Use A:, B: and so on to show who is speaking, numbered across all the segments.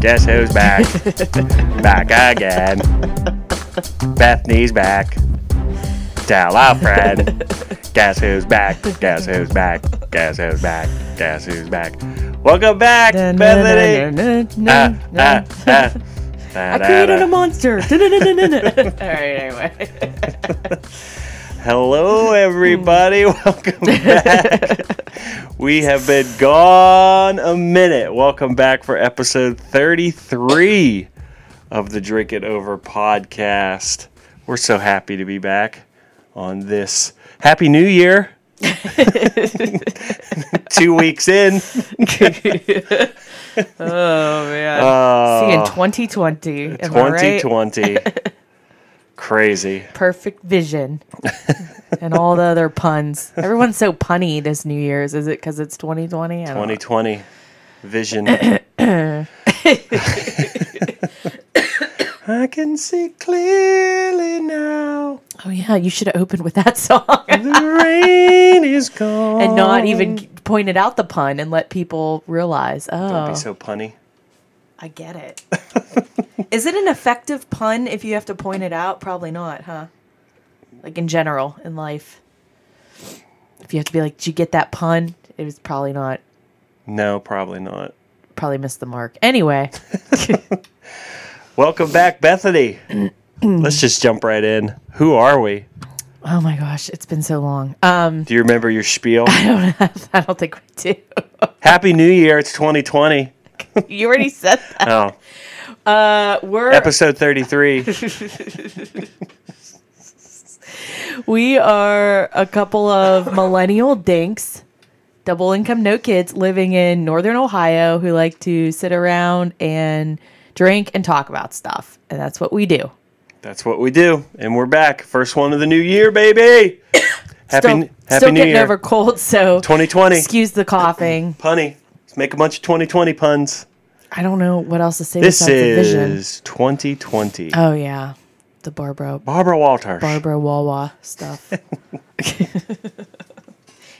A: Guess who's back? back again. Bethany's back. Tell Alfred. Guess who's back? Guess who's back? Guess who's back? Guess who's back? Welcome back, Bethany. Uh, uh, uh.
B: I created a monster. All right, anyway.
A: Hello, everybody. Welcome back. we have been gone a minute. Welcome back for episode 33 of the Drink It Over podcast. We're so happy to be back on this. Happy New Year. Two weeks in.
B: Oh man. See in
A: Uh,
B: 2020. am I right?
A: 2020. Crazy.
B: Perfect vision. and all the other puns. Everyone's so punny this New Year's. Is it because it's 2020? I don't know.
A: 2020 vision. I can see clearly now.
B: Oh yeah, you should have opened with that song
A: The rain is gone.
B: and not e- even pointed out the pun and let people realize.
A: Don't
B: Oh,
A: be so punny.
B: I get it. Is it an effective pun if you have to point it out? Probably not, huh? Like in general in life. If you have to be like, "Did you get that pun?" It was probably not.
A: No, probably not.
B: Probably missed the mark. Anyway,
A: Welcome back, Bethany. Let's just jump right in. Who are we?
B: oh my gosh, it's been so long. Um,
A: Do you remember your spiel?
B: I don't have, I don't think we do.
A: Happy New Year. It's 2020.
B: you already said that.
A: Oh,
B: Uh, we're
A: episode 33.
B: we are a couple of millennial dinks, double income, no kids, living in northern Ohio who like to sit around and drink and talk about stuff, and that's what we do.
A: That's what we do, and we're back. First one of the new year, baby. happy
B: still,
A: Happy
B: still
A: New
B: getting
A: Year,
B: over cold, so
A: 2020.
B: excuse the coughing.
A: Punny. Let's make a bunch of 2020 puns.
B: I don't know what else to say.
A: This
B: besides the vision.
A: is 2020.
B: Oh yeah, the Barbara
A: Barbara Walters.
B: Barbara Wawa stuff.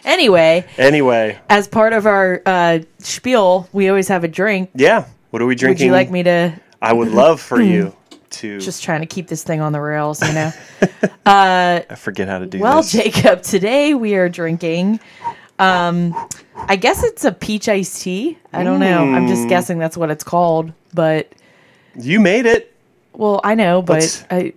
B: anyway,
A: Anyway,
B: as part of our uh, spiel, we always have a drink.
A: yeah. What are we drinking?
B: Would you like me to
A: I would love for you to.
B: just trying to keep this thing on the rails, you know?
A: I forget how to do
B: well,
A: this.
B: Jacob, today we are drinking. Um, I guess it's a peach iced tea. I don't know. I'm
A: Mm.
B: just guessing that's what it's called. But
A: you made it.
B: well, I know.
A: Let's-
B: But I,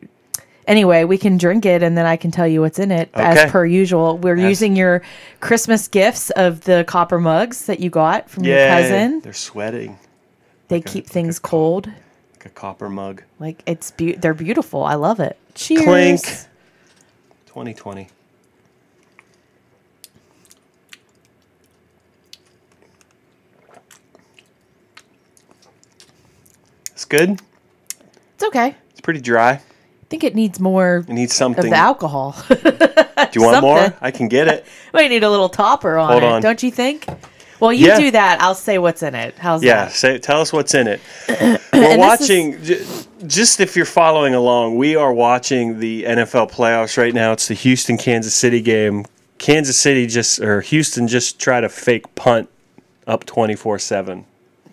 B: anyway, we can drink it, and then I can tell you what's in it.
A: Okay.
B: As per usual, we're
A: As-
B: using your Christmas gifts of the copper mugs that you got from your
A: Yeah.
B: cousin.
A: They're sweating
B: They keep things cold.
A: like a copper mug.
B: Like it's be- they're beautiful. I love it. Cheers.
A: Clink. 2020. It's good.
B: It's okay.
A: It's pretty dry.
B: I think it needs more
A: It needs something.
B: of the alcohol.
A: Do you want more?
B: Something.
A: I can get it.
B: we need a little topper on
A: Hold
B: it,
A: on.
B: don't you think? Well, you
A: Yeah.
B: do that. I'll say what's in it. How's
A: Yeah.
B: that?
A: Say, tell us what's in it. We're
B: And this is-
A: watching. J- just if you're following along, we are watching the NFL playoffs right now. It's the Houston Kansas City game. Kansas City just or Houston just tried a fake punt up 24 seven.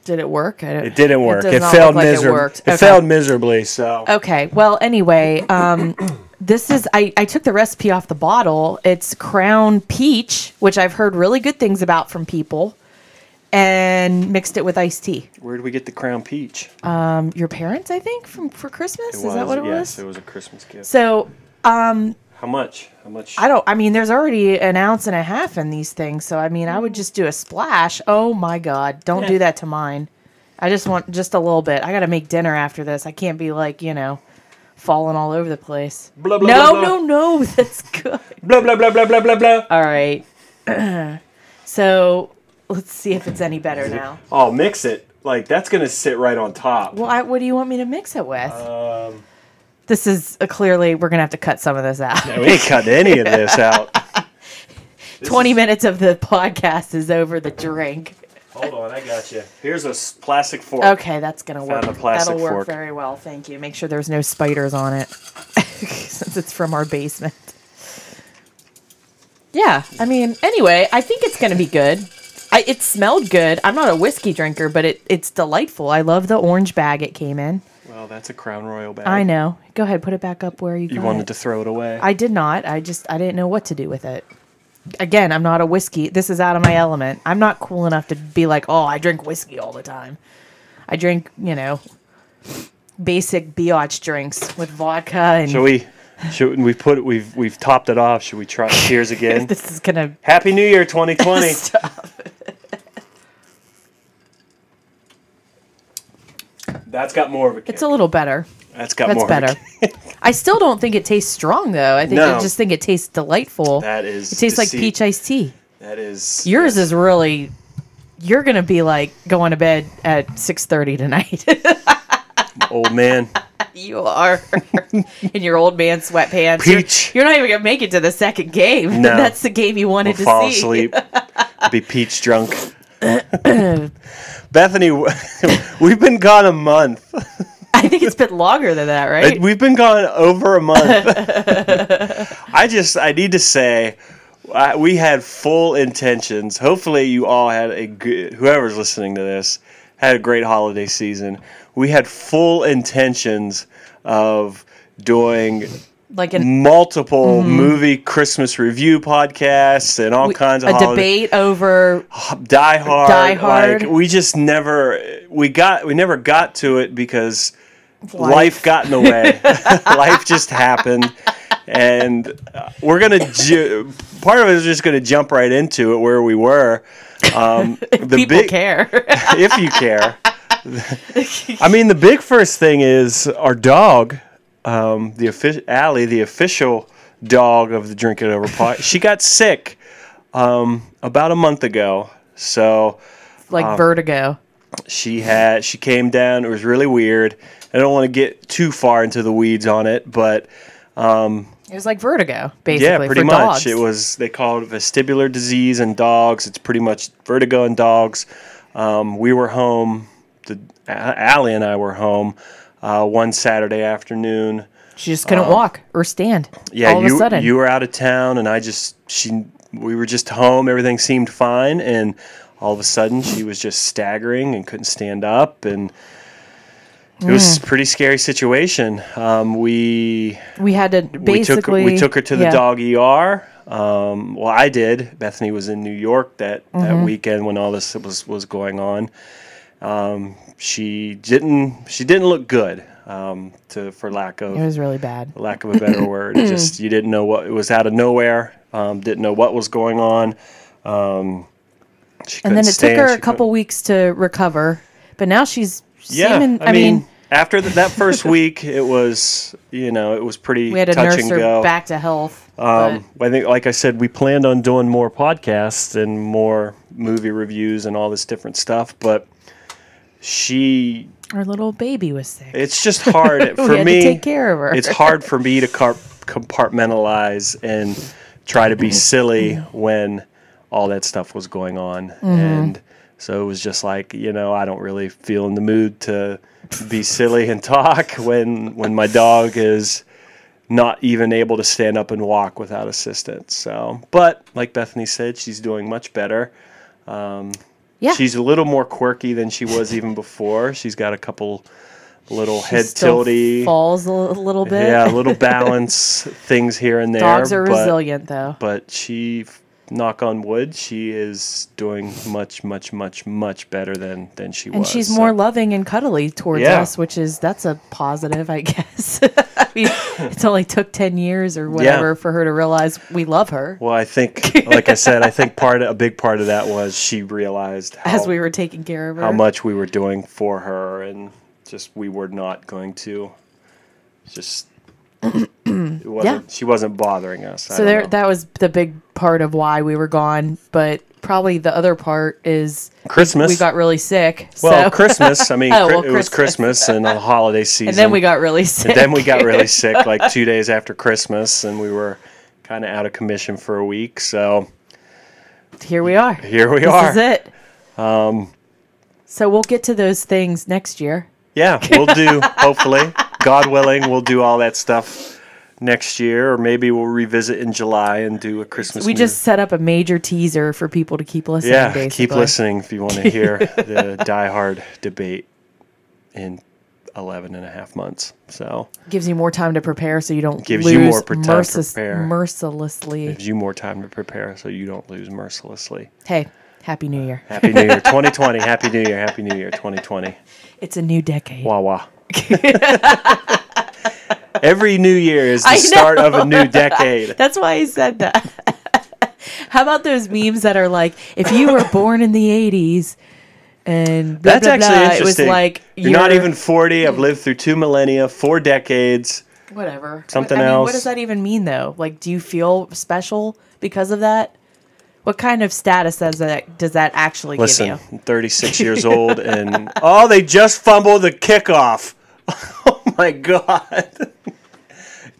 B: Did it work? I don't-
A: It didn't work.
B: does
A: It,
B: not
A: failed
B: look like it
A: miserably.
B: worked.
A: It
B: Okay. Oh.
A: failed miserably. So
B: Okay. Well, anyway, um, this is I, I took the recipe off the bottle. It's Crown Peach, which I've heard really good things about from people, and mixed it with iced tea.
A: where did we get the crown peach?
B: Um, your parents, I think, from for Christmas. Is that what it
A: yes,
B: was?
A: it was a Christmas gift.
B: So
A: How much? How much?
B: I don't. I mean, there's already an ounce and a half in these things, so I mean, I
A: Mm.
B: would just do a splash. Oh my god, don't do that to mine. I just want just a little bit. I got to make dinner after this. I can't be like you know, falling all over the place.
A: Blah, blah,
B: no,
A: blah, blah.
B: no, no. That's good.
A: blah blah blah blah blah blah blah.
B: All right. so let's see if it's any better now.
A: Oh, mix it. Like that's gonna sit right on top.
B: Well, I, what do you want me to mix it with?
A: Um.
B: this is uh, clearly we're gonna have to cut some of this out.
A: we ain't cutting any of this out.
B: 20 minutes of the podcast is over the drink.
A: Hold on, I got you. Here's a s- plastic fork.
B: Okay, that's gonna work.
A: a plastic
B: That'll work
A: fork.
B: very well. Thank you. Make sure there's no spiders on it, since it's from our basement. Yeah, I mean, anyway, I think it's gonna be good. I I, it smelled good. I'm not a whiskey drinker, but it, it's delightful. I love the orange bag it came in.
A: Well, that's a Crown Royal bag.
B: I know. Go ahead, put it back up where you,
A: Oh. You
B: got
A: wanted
B: it.
A: to throw it away.
B: I did not. I just I didn't know what to do with it. Again, I'm not a whiskey. This is out of my element. I'm not cool enough to be like, oh, I drink whiskey all the time. I drink, you know, basic biatch drinks with vodka and
A: Should we? Should we put? We've we've topped it off. Should we try? Cheers again.
B: this is gonna
A: Happy New Year, 2020.
B: stop.
A: That's got more of a kick.
B: It's a little better.
A: that's got
B: That's
A: more. Of a
B: better.
A: kick.
B: I still don't think it tastes strong though. I think
A: No.
B: I just think it tastes delightful.
A: That is.
B: it tastes like
A: deceit.
B: peach iced tea.
A: That is.
B: Yours is really you're gonna be like going to bed at six thirty tonight.
A: old man.
B: You are in your old man sweatpants. You're-
A: Peach.
B: You're, not even gonna make it to the second game.
A: No.
B: That's the game you wanted
A: I'll
B: to
A: fall
B: see.
A: asleep. be peach drunk. Bethany, we've been gone a month.
B: I think it's been longer than that, right?
A: We've been gone over a month. I just, I need to say, I, we had full intentions. Hopefully, you all had a good, whoever's listening to this, had a great holiday season. We had full intentions of doing
B: like an,
A: multiple movie Christmas review podcasts and all kinds of
B: a
A: holiday-
B: debate over
A: Die Hard.
B: Die Hard.
A: Like, we just never we got we never got to it because life, got in the way. life just happened, and uh, we're gonna ju- part of it is just gonna jump right into it where we were. Um, the
B: people care.
A: if you care. I mean, the big first thing is our dog, um, the offic- Allie, the official dog of the Drink It Over pod. she got sick um, about a month ago, so
B: like
A: Um,
B: vertigo.
A: she had she came down. It was really weird. I don't want to get too far into the weeds on it, but
B: It was like vertigo, basically.
A: yeah, pretty
B: for
A: much.
B: Dogs.
A: It was they call it vestibular disease in dogs. It's pretty much vertigo in dogs. Um, we were home. The A- Allie and I were home uh, one Saturday afternoon.
B: She just couldn't walk or stand.
A: um, Yeah,
B: all
A: you
B: of a sudden.
A: you were out of town, and I just she we were just home. Everything seemed fine, and all of a sudden she was just staggering and couldn't stand up, and it was a pretty scary situation. Um, we
B: we had to
A: we took
B: basically
A: we took her to the
B: yeah.
A: dog ER. Um, well, I did. Bethany was in New York that,
B: Mm-hmm.
A: that weekend when all this was was going on. Um, she didn't she didn't look good. Um, to for lack of
B: It was really bad.
A: lack of a better word. It just you didn't know what it was out of nowhere. Um, didn't know what was going on. Um, she
B: And then
A: couldn't
B: it
A: stand,
B: took her
A: she
B: a
A: couldn't-
B: couple weeks to recover, but now she's
A: Yeah,
B: seeming.
A: I, mean, after th- that first week, it was you know it was pretty
B: we had to
A: touch
B: nurse
A: and
B: her
A: go.
B: back to health. but-
A: Um, I think, like I said, we planned on doing more podcasts and more movie reviews and all this different stuff, but she,
B: Our little baby was sick.
A: it's just hard for
B: had to
A: me.
B: take care of her.
A: It's hard for me to car- compartmentalize and try to be
B: Mm-hmm.
A: silly when all that stuff was going on,
B: Mm-hmm.
A: and so it was just like you know I don't really feel in the mood to be silly and talk when when my dog is not even able to stand up and walk without assistance. So, but like Bethany said, she's doing much better.
B: yeah,
A: She's a little more quirky than she was even before. She's got a couple little head
B: still
A: tilty,
B: falls a li- little bit.
A: yeah, little balance things here and there.
B: Dogs are
A: but,
B: resilient though.
A: but she, f- knock on wood, she is doing much, much, much, much better than than she
B: And
A: was.
B: she's
A: So-
B: more loving and cuddly towards
A: Yeah.
B: us, which is that's a positive, I guess. I mean, it's only took ten years or whatever for her to realize we love her.
A: Well, I think, like I said, I think part of, a big part of that was she realized how,
B: as we were taking care of her,
A: how much we were doing for her and just we were not going to just it wasn't she wasn't bothering us
B: so there, that was the big part of why we were gone. But probably the other part is
A: christmas
B: we got really sick.
A: well
B: so,
A: christmas i mean
B: Oh,
A: cri-
B: well,
A: it was christmas and the holiday season
B: and then we got really sick.
A: then we got really sick like two days after christmas and we were kind of out of commission for a week so
B: here we are.
A: here we
B: this
A: are
B: is it. Um, so we'll get to those things next year.
A: yeah we'll do hopefully god willing we'll do all that stuff next year, or maybe we'll revisit in July and do a Christmas.
B: we
A: movie.
B: just set up a major teaser for people to keep listening.
A: yeah, keep
B: basically.
A: listening if you want to hear the Die Hard debate in 11 and a half months. So
B: Gives you more time to prepare, so you don't
A: Gives
B: lose
A: you more per- time to
B: mercis-
A: prepare.
B: mercilessly.
A: gives you more time to prepare so you don't lose mercilessly.
B: Hey, happy New Year!
A: Happy New Year 2020. Happy New Year. Happy New Year 2020.
B: It's a new decade.
A: Wah wah. Every new year is the
B: I know.
A: start of a new decade.
B: That's why I said that. How about those memes that are like, if you were born in the '80s, and blah,
A: That's
B: blah,
A: actually
B: blah,
A: interesting.
B: It was like
A: you're, not even 40. I've lived through two millennia, four decades.
B: whatever.
A: Something
B: I mean,
A: else.
B: what does that even mean, though? Like, do you feel special because of that? What kind of status does that does that actually
A: Listen,
B: give you?
A: I'm 36 years old, and oh, they just fumbled the kickoff. oh my god!
B: Hmm.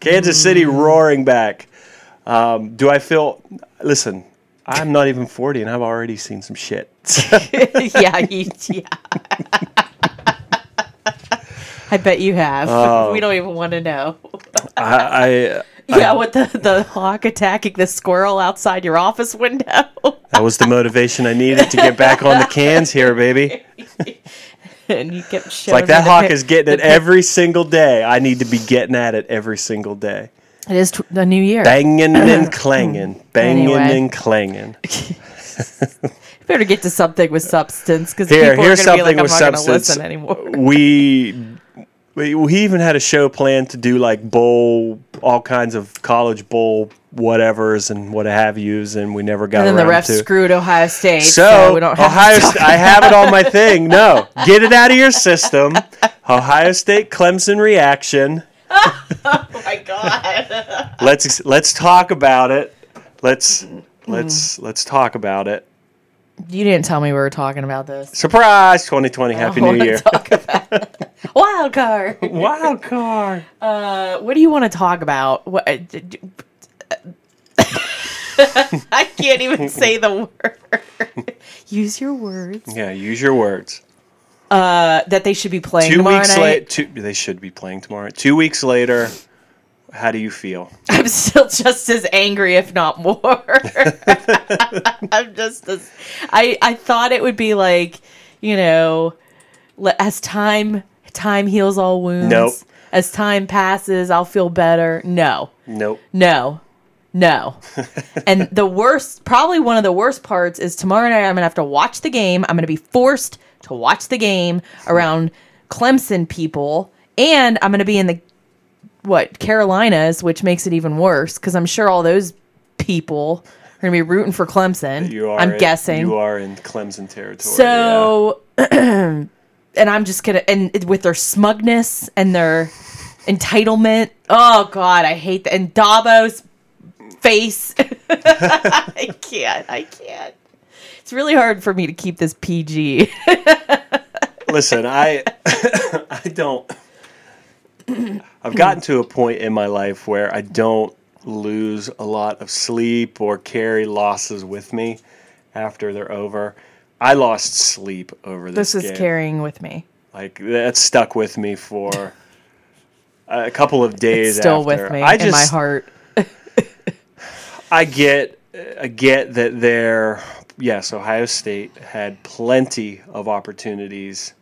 A: Kansas City roaring back. Um, do I feel? Listen, I'm not even 40, and I've already seen some shit.
B: yeah, you, yeah. I bet you have. we don't even want to know.
A: Oh. I, I
B: Yeah, with the, the hawk attacking the squirrel outside your office window.
A: that was the motivation I needed to get back on the cans here, baby.
B: and you kept showing
A: Like
B: me
A: that
B: the
A: hawk
B: pic-
A: is getting it
B: the pic-
A: every single day. I need to be getting at it every single day.
B: It is tw- the new year.
A: Banging and clanging, banging
B: Hmm. Anyway.
A: and clanging.
B: Better get to something with substance because people
A: Here,
B: are going
A: here's
B: to be
A: something
B: like, I'm
A: with
B: not going to
A: substance.
B: listen anymore.
A: we, we he even had a show planned to do like bowl, all kinds of college bowl whatever's and what have yous, and we never got
B: And then the
A: around
B: refs
A: to.
B: screwed Ohio State, so,
A: so
B: we don't have to
A: Ohio,
B: talk
A: St- I have it on my thing. No, get it out of your system. Ohio State Clemson reaction.
B: Oh my god.
A: Let's let's talk about it. Let's let's let's talk about it.
B: You didn't tell me we were talking about this.
A: Surprise, 2020. Happy New Year.
B: Wild card.
A: Wild card.
B: Uh, what do you want to talk about? What, uh, d- d- I can't even say the word. Use your words.
A: Yeah, use your words.
B: Uh, that they should be playing
A: two
B: tomorrow
A: weeks
B: night.
A: later two, they should be playing tomorrow two weeks later how do you feel
B: I'm still just as angry, if not more. I'm just as I I thought it would be like you know, le- as time time heals all wounds.
A: Nope.
B: As time passes, I'll feel better. No,
A: nope
B: no, no. and the worst, probably one of the worst parts, is tomorrow night. I'm gonna have to watch the game. I'm gonna be forced to watch the game around Clemson people, and I'm gonna be in the what Carolinas, which makes it even worse because I'm sure all those people are gonna be rooting for Clemson.
A: you are
B: I'm
A: in-
B: guessing.
A: you are in clemson territory
B: So, and I'm just gonna and it- with their smugness and their entitlement. Oh God, I hate that. And Davos face. I can't. I can't. It's really hard for me to keep this PG.
A: yeah. listen i i don't i've gotten to a point in my life where i don't lose a lot of sleep or carry losses with me after they're over i lost sleep over this
B: This is
A: game.
B: carrying with me.
A: like that stuck with me for a couple of days
B: It's still
A: after.
B: with me
A: I
B: in my
A: just-
B: heart.
A: I get, I get that there. Yes, Ohio State had plenty of opportunities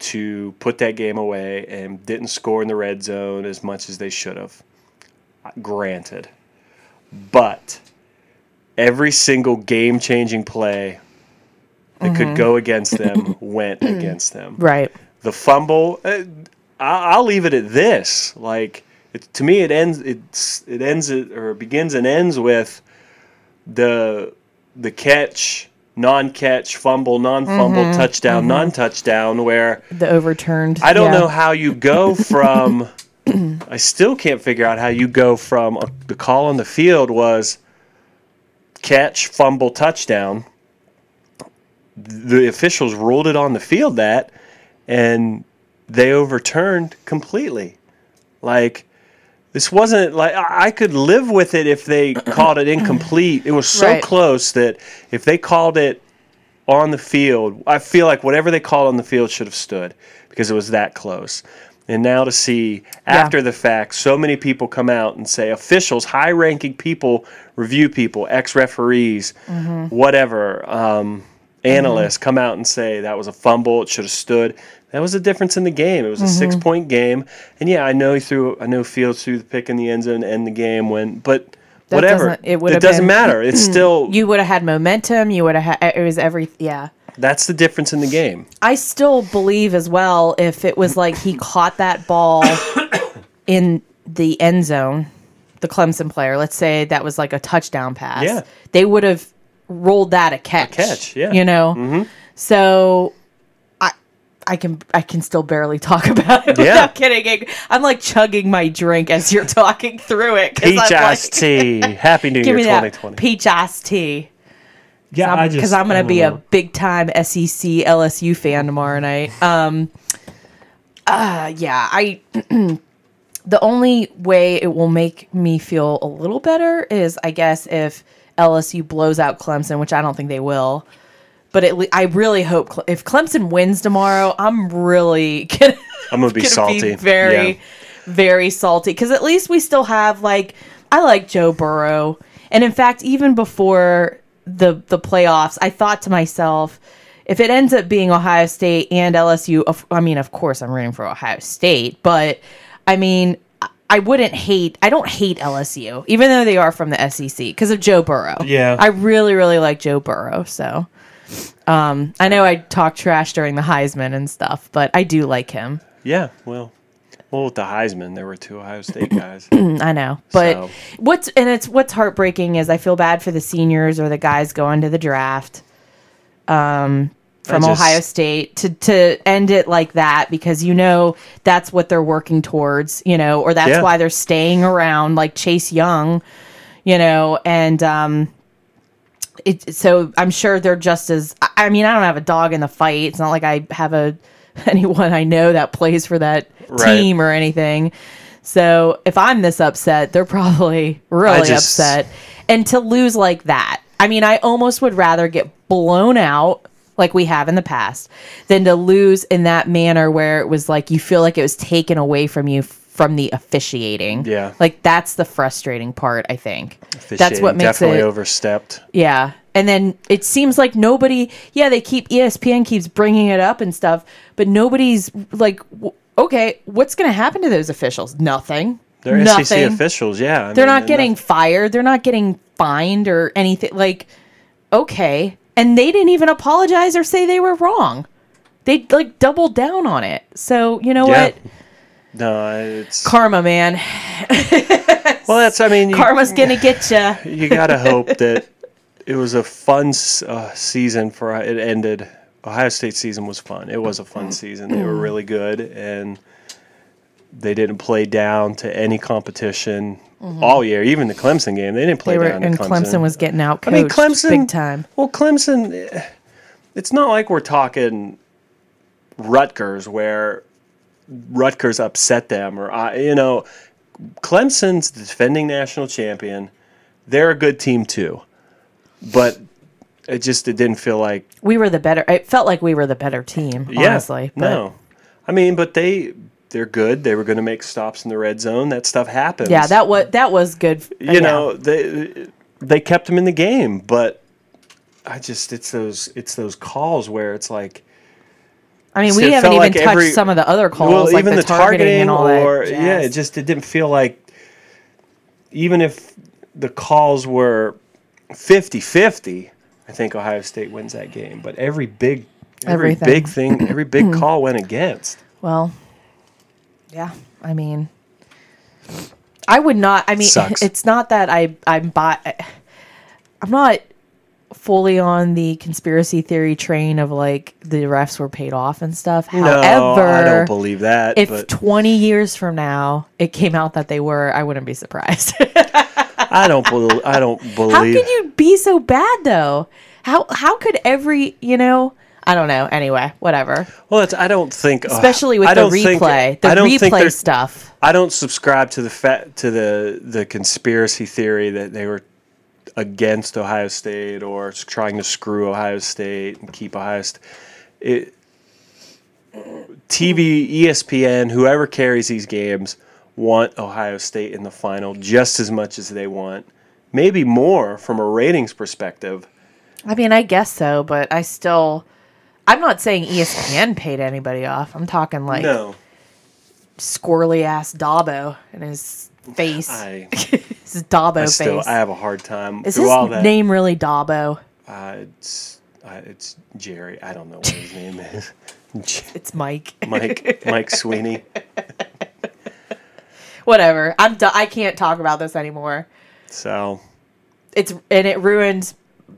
A: to put that game away and didn't score in the red zone as much as they should have. Granted, but every single game-changing play that could go against them went against them
B: Right.
A: the fumble. Uh, I, I'll leave it at this. Like it, to me, it ends. It's it ends it or begins and ends with the the catch, non-catch, fumble, non-fumble, touchdown, non-touchdown. Where
B: The overturned.
A: I don't
B: yeah.
A: know how you go from. I still can't figure out how you go from uh, the call on the field was catch, fumble, touchdown. The officials ruled it on the field that, and they overturned completely. Like this wasn't like I I could live with it if they called it incomplete. It was so
B: Right.
A: close that if they called it on the field, I feel like whatever they called on the field should have stood because it was that close. And now to see after the fact, so many people come out and say officials, high ranking people, review people, ex referees,
B: Mm-hmm.
A: whatever, um, analysts come out and say that was a fumble, it should have stood. That was a difference in the game. It was a
B: Mm-hmm.
A: six point game. And yeah, I know he threw, I know Fields threw the pick in the end zone to end the game when, but.
B: That
A: Whatever
B: doesn't- it would have
A: doesn't
B: been-
A: matter. It's still
B: You would have had momentum. You would have had. It was every. Yeah.
A: that's the difference in the game.
B: I still believe as well if it was like he caught that ball in the end zone, the Clemson player, let's say that was like a touchdown pass.
A: Yeah.
B: They would have rolled that a catch.
A: catch, yeah. Mm-hmm.
B: You know? So I I can I can still barely talk about it
A: Yeah.
B: without getting ang- I'm like chugging my drink as you're talking through it. 'cause
A: Peach
B: I'm
A: iced
B: like,
A: tea. Happy New
B: Give
A: Year
B: me that
A: 2020.
B: peach iced tea.
A: yeah,
B: Because I'm going to be a big time E SEC LSU fan tomorrow night. Um, uh, yeah, I. the only way it will make me feel a little better is, I guess, if LSU blows out Clemson, which I don't think they will. But at le- I really hope Cle- if Clemson wins tomorrow, I'm really gonna,
A: I'm gonna be
B: gonna
A: salty.
B: be very,
A: Yeah.
B: very salty. Because at least we still have like I like Joe Burrow, and in fact, even before the the playoffs, I thought to myself, if it ends up being Ohio State and LSU, of, I mean, of course, I'm rooting for Ohio State, but I mean. I- I wouldn't hate. I don't hate LSU, even though they are from the SEC, because of Joe Burrow.
A: Yeah.
B: I really, really like Joe Burrow. So, um, I know I talk trash during the Heisman and stuff, but I do like him.
A: Yeah, well, well, with the Heisman, there were two Ohio State guys.
B: Mm, I know, but
A: So-
B: what's and it's what's heartbreaking is I feel bad for the seniors or the guys going to the draft, um, from
A: I just-
B: Ohio State to to end it like that because you know that's what they're working towards, you know, or that's
A: Yeah.
B: why they're staying around like Chase Young, you know, and um. It, so I'm sure they're just as. I- I mean, I don't have a dog in the fight. It's not like I have a anyone I know that plays for that
A: Right.
B: team or anything. So if I'm this upset, they're probably really
A: just-
B: upset. And to lose like that, I mean, I almost would rather get blown out like we have in the past than to lose in that manner where it was like you feel like it was taken away from you from the officiating.
A: Yeah.
B: Like that's the frustrating part, I think. That's
A: Officiating
B: what makes
A: definitely
B: it
A: overstepped.
B: yeah. And then it seems like nobody, yeah, they keep, E ESPN keeps bringing it up and stuff, but nobody's like, w- okay, what's going to happen to those officials? Nothing.
A: They're E
B: Nothing.
A: SEC officials. Yeah, I
B: They're
A: mean,
B: not getting fired. They're not getting fined or anything. Like, okay. And they didn't even apologize or say they were wrong. They like doubled down on it. So, you know
A: Yeah.
B: what?
A: No, it's
B: Karma, man.
A: well. That's I mean, you,
B: Karma's going to get you.
A: you gotta hope that it was a fun s- uh, season for it ended. Ohio State season was fun. It was a
B: Mm-hmm.
A: fun season. They were really good and they didn't play down to any competition all year. Even the Clemson game, they didn't play
B: Mm-hmm. They were,
A: down to
B: and Clemson was getting out coached big time.
A: Well, Clemson, eh, it's not like we're talking Rutgers where Rutgers upset them or I, you know, Clemson's the defending national champion. They're a good team too, but it just it didn't feel like
B: we were the better. It felt like we were the better team,
A: yeah,
B: honestly. But
A: no, I mean, but they they're good. They were going to make stops in the red zone. That stuff happens.
B: yeah, that was that was good.
A: you know they they kept him in the game but i just it's those it's those calls where it's like
B: I mean,
A: it
B: we haven't
A: felt like
B: even touched
A: every-
B: some of the other calls,
A: well
B: like
A: even
B: the, targeting, and all that.
A: or
B: jazz.
A: yeah it just it didn't feel like even if the calls were 50-50 i think ohio state wins that game but every big every
B: Everything.
A: big thing every big call went against
B: well, yeah. I mean, I would not. I mean,
A: Sucks.
B: it's not that I I'm bi- I'm not fully on the conspiracy theory train of like the refs were paid off and stuff.
A: no
B: However,
A: i don't believe that
B: if
A: but
B: 20 years from now it came out that they were, I wouldn't be surprised.
A: i don't believe i don't believe
B: How could you be so bad though? How how could every you know? I don't know. Anyway, whatever.
A: well it's, i don't think
B: Especially with
A: I
B: the
A: don't think-
B: replay, the
A: I don't think
B: replay
A: there's-
B: stuff.
A: I don't subscribe to the fa- to the the conspiracy theory that they were against Ohio State or s- trying to screw Ohio State and keep Ohio State. It, TV, ESPN, whoever carries these games want Ohio State in the final just as much as they want, maybe more from a ratings perspective.
B: I mean, I guess so, but I still. I'm not saying E ESPN paid anybody off. I'm talking like
A: No,
B: squirrely ass Dabo and his face.
A: I,
B: his Dabo
A: I
B: face.
A: still I have a hard time
B: Is
A: through
B: his
A: all that.
B: name really Dabo?
A: Uh, it's uh, it's Jerry. I don't know what his name is. J-
B: It's Mike.
A: Mike Mike Sweeney.
B: Whatever. I'm. Do- I can't talk about this anymore.
A: So
B: It's and it ruined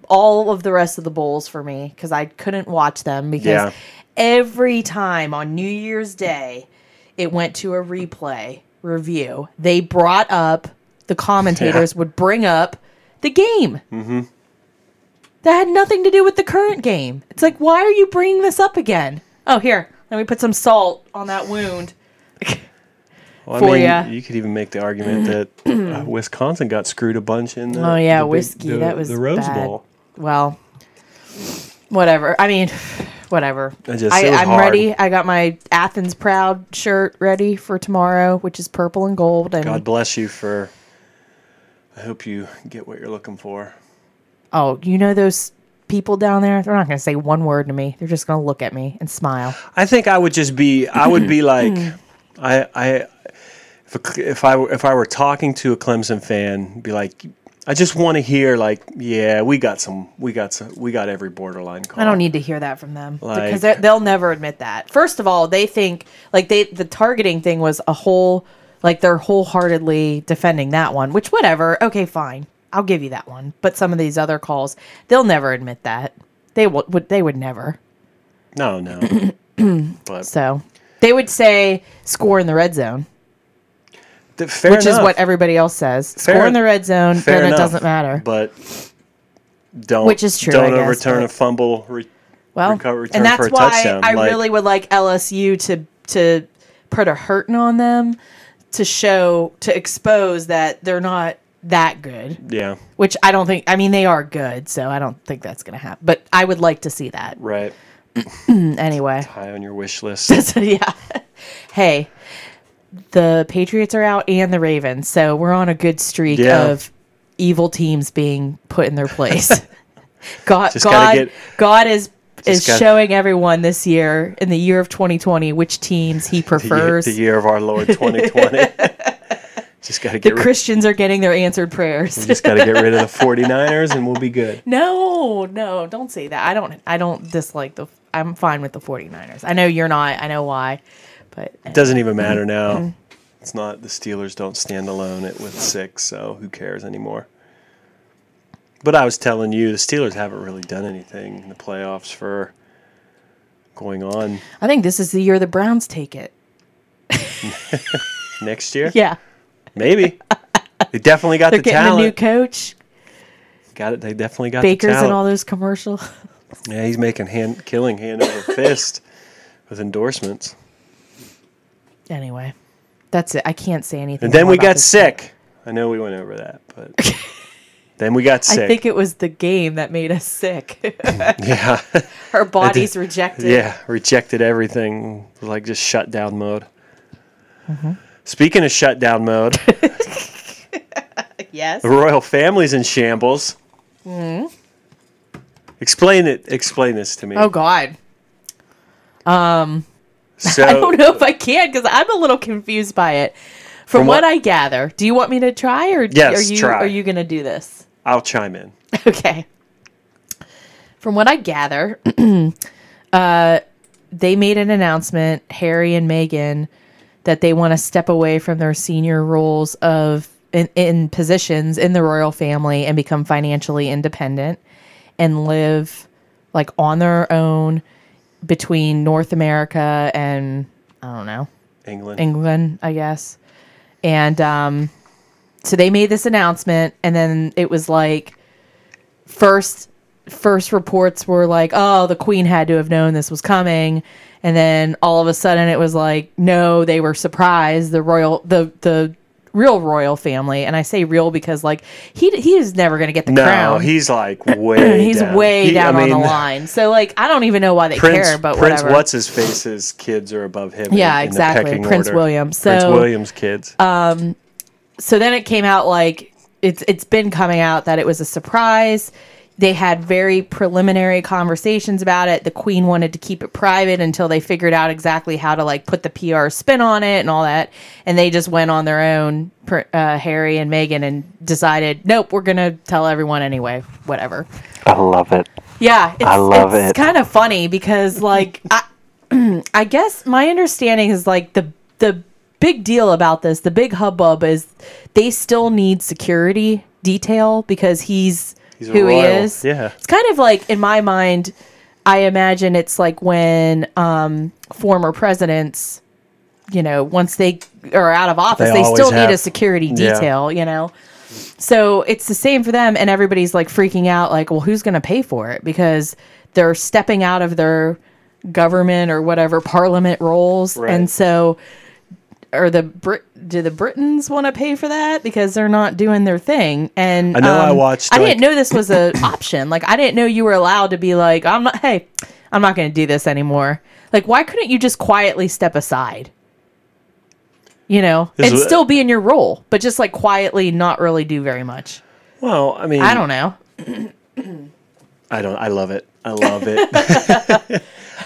B: all of the rest of the bowls for me because I couldn't watch them because
A: Yeah.
B: every time on New Year's Day, it went to a replay review. They brought up the commentators would bring up the game. Mm-hmm. That had nothing to do with the current game. It's like, why are you bringing this up again? Oh, here, let me put some salt on that wound.
A: well, I
B: For
A: mean,
B: ya.
A: you could even make the argument that uh, Wisconsin got screwed a bunch in the
B: Oh yeah,
A: the big-
B: whiskey.
A: the-
B: that was
A: the Rose
B: bad. Mm-hmm.
A: Bowl.
B: Well, whatever. I mean, whatever.
A: I just-
B: I,
A: it was
B: I'm
A: hard.
B: ready. I got my Athens proud shirt ready for tomorrow, which is purple and gold. And
A: God bless you for. I hope you get what you're looking for.
B: oh, you know those people down there? They're not going to say one word to me. They're just going to look at me and smile.
A: I think I would just be. I would be like,
B: Mm.
A: I, I, if a, Cle- if I were if I were talking to a Clemson fan, be like, I just want to hear like, yeah, we got some, we got some, we got every borderline call.
B: I don't need to hear that from them
A: Like-
B: because they're- they'll never admit that. First of all, they think like they the targeting thing was a whole like they're wholeheartedly defending that one, which whatever. Okay, fine, I'll give you that one. But some of these other calls, they'll never admit that. They wo- would they would never.
A: No, no. but
B: So they would say score in the red zone,
A: th- fair
B: which is
A: enough.
B: what everybody else says. Score
A: Fair-
B: in the red zone,
A: fair
B: then
A: enough,
B: it doesn't matter.
A: But don't
B: Which is true, I
A: Don't
B: guess,
A: overturn
B: but-
A: a fumble. Re-
B: well,
A: recover- return
B: and that's
A: for a
B: why
A: touchdown,
B: I
A: like-
B: really would like LSU to to put a hurting on them to show to expose that they're not that good.
A: yeah,
B: Which I don't think. I mean, they are good, so I don't think that's going to happen. But I would like to see that
A: right.
B: anyway.
A: High on your wish list.
B: So, yeah. Hey, the Patriots are out and the Ravens, so we're on a good streak
A: Yeah.
B: of evil teams being put in their place. God,
A: Just
B: God,
A: gotta get-
B: God is is
A: gotta-
B: showing everyone this year in the year of 2020 which teams he
A: the, year,
B: prefers.
A: the
B: The,
A: year of our Lord 2020. just got to get rid-
B: Christians are getting their answered prayers.
A: just got to get rid of the 49ers and we'll be good.
B: no, no, don't say that. I don't I don't dislike the I'm fine with the 49ers. I know you're not. I know why. But
A: It doesn't even matter
B: Mm-hmm.
A: now. It's not the Steelers don't stand alone at with six, so who cares anymore? But I was telling you, the Steelers haven't really done anything in the playoffs for going on
B: I think this is the year the Browns take it.
A: next year.
B: Yeah.
A: Maybe they definitely got
B: They're
A: the
B: getting a new
A: talent.
B: coach,
A: got it. They definitely got
B: Baker's
A: the talent.
B: and all those commercial.
A: Yeah, he's making hand killing hand over fist with endorsements.
B: anyway, that's it. I can't say anything.
A: And then
B: more
A: we
B: about
A: got
B: this.
A: sick. I know we went over that, but then we got sick.
B: I think it was the game that made us sick.
A: yeah.
B: Our bodies rejected.
A: Yeah, rejected everything. Like just shutdown mode.
B: Mm-hmm.
A: Speaking of shutdown mode,
B: Yes.
A: the royal family's in shambles. Explain it. Explain this to me.
B: Mm-hmm. Oh God.
A: so
B: I don't know if I can because I'm a little confused by it. From,
A: From
B: what,
A: what-
B: I gather, do you want me to try or
A: Yes,
B: are you
A: try.
B: are you going to do this?
A: I'll chime in.
B: Okay. From what I gather, uh, they made an announcement, Harry and Meghan, that they want to step away from their senior roles of in, in positions in the royal family and become financially independent and live like on their own between North America and I don't know
A: England.
B: England, I guess. And um, so they made this announcement, and then it was like first first reports were like, oh, the Queen had to have known this was coming, and then all of a sudden it was like, no, they were surprised. The royal the the real royal family, and I say real because like he he is never going to get the
A: No,
B: crown.
A: he's like way.
B: he's
A: down.
B: way
A: He- I
B: down
A: mean,
B: on the line. So like I don't even know why they
A: Prince,
B: care, but
A: Prince,
B: whatever.
A: what's his face's kids are above him. in-
B: Yeah,
A: in the
B: exactly.
A: pecking
B: Prince
A: order.
B: William.
A: Prince
B: So- uh,
A: William's kids.
B: so then it came out like it's it's been coming out that it was a surprise. They had very preliminary conversations about it. The queen wanted to keep it private until they figured out exactly how to like put the PR spin on it and all that. And they just went on their own, pr- uh, Harry and Meghan, and decided, nope, we're gonna tell everyone anyway. Whatever.
C: I love it.
B: Yeah, it's,
C: I love
B: it's
C: it.
B: kind of funny because like I, I guess my understanding is like the the big deal about this, the big hubbub is they still need security detail because he's,
A: a
B: who he
A: royal,
B: is.
A: yeah.
B: It's kind of like in my mind I imagine it's like when um former presidents you know, once they are out of office,
A: They
B: they,
A: always
B: still need a
A: have-
B: security
A: yeah.
B: detail, you know. So it's the same for them, and everybody's like freaking out, like, well, who's going to pay for it? Because they're stepping out of their government or whatever parliament roles,
A: Right.
B: and so are the Brit? Do the Britons want to pay for that because they're not doing their thing? And um,
A: I know I watched,
B: I
A: like-
B: didn't know this was an option. Like I didn't know you were allowed to be like, I'm not. Hey, I'm not going to do this anymore. Like, why couldn't you just quietly step aside? You know,
A: Is
B: and
A: it-
B: still be in your role, but just like quietly, not really do very much.
A: well, I mean,
B: I don't know.
A: I don't. I love it. I love it.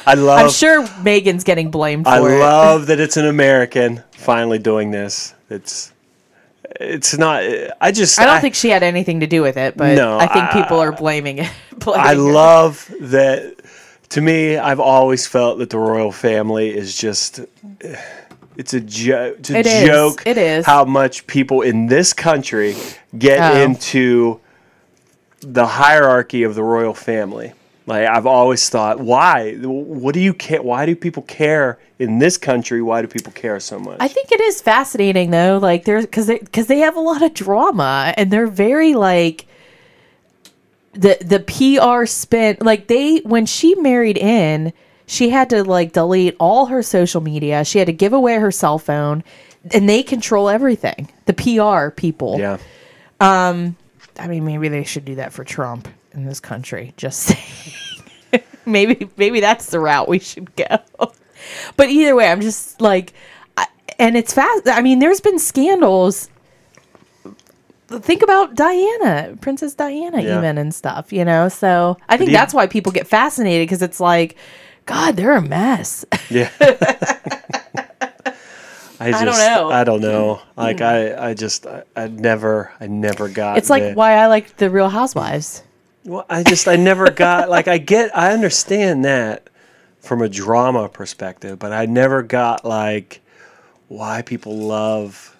A: I love.
B: I'm sure Megan's getting blamed for
A: I
B: it.
A: love that it's an American finally doing this. It's. It's not. I just.
B: I don't think she had anything to do with it, but
A: No,
B: I think
A: I-
B: people are blaming it. blaming
A: I
B: her.
A: love that. To me, I've always felt that the royal family is just. eh, It's a, jo- it's a
B: It is.
A: joke.
B: It is.
A: How much people in this country get
B: Oh.
A: into the hierarchy of the royal family. Like I've always thought, why? What do you care? Why do people care in this country? Why do people care so much?
B: I think it is fascinating though, like there's because they because they have a lot of drama and they're very like the the PR spin like they when she married in she had to like delete all her social media she had to give away her cell phone and they control everything the PR people
A: yeah.
B: I mean maybe they should do that for Trump in this country just saying maybe maybe that's the route we should go but either way, I'm just like, I, and it's fast. I mean, there's been scandals. Think about Diana, Princess Diana,
A: Yeah.
B: even and stuff, you know. So I think
A: you-
B: that's why people get fascinated because it's like, God, they're a mess.
A: Yeah. I just, I
B: don't know. Mm-hmm.
A: I don't know. Like I, I just, I, I never, I never got.
B: It's like
A: the-
B: why I like the Real Housewives.
A: Well, I just, I never got. Like I get, I understand that from a drama perspective, but I never got like why people love,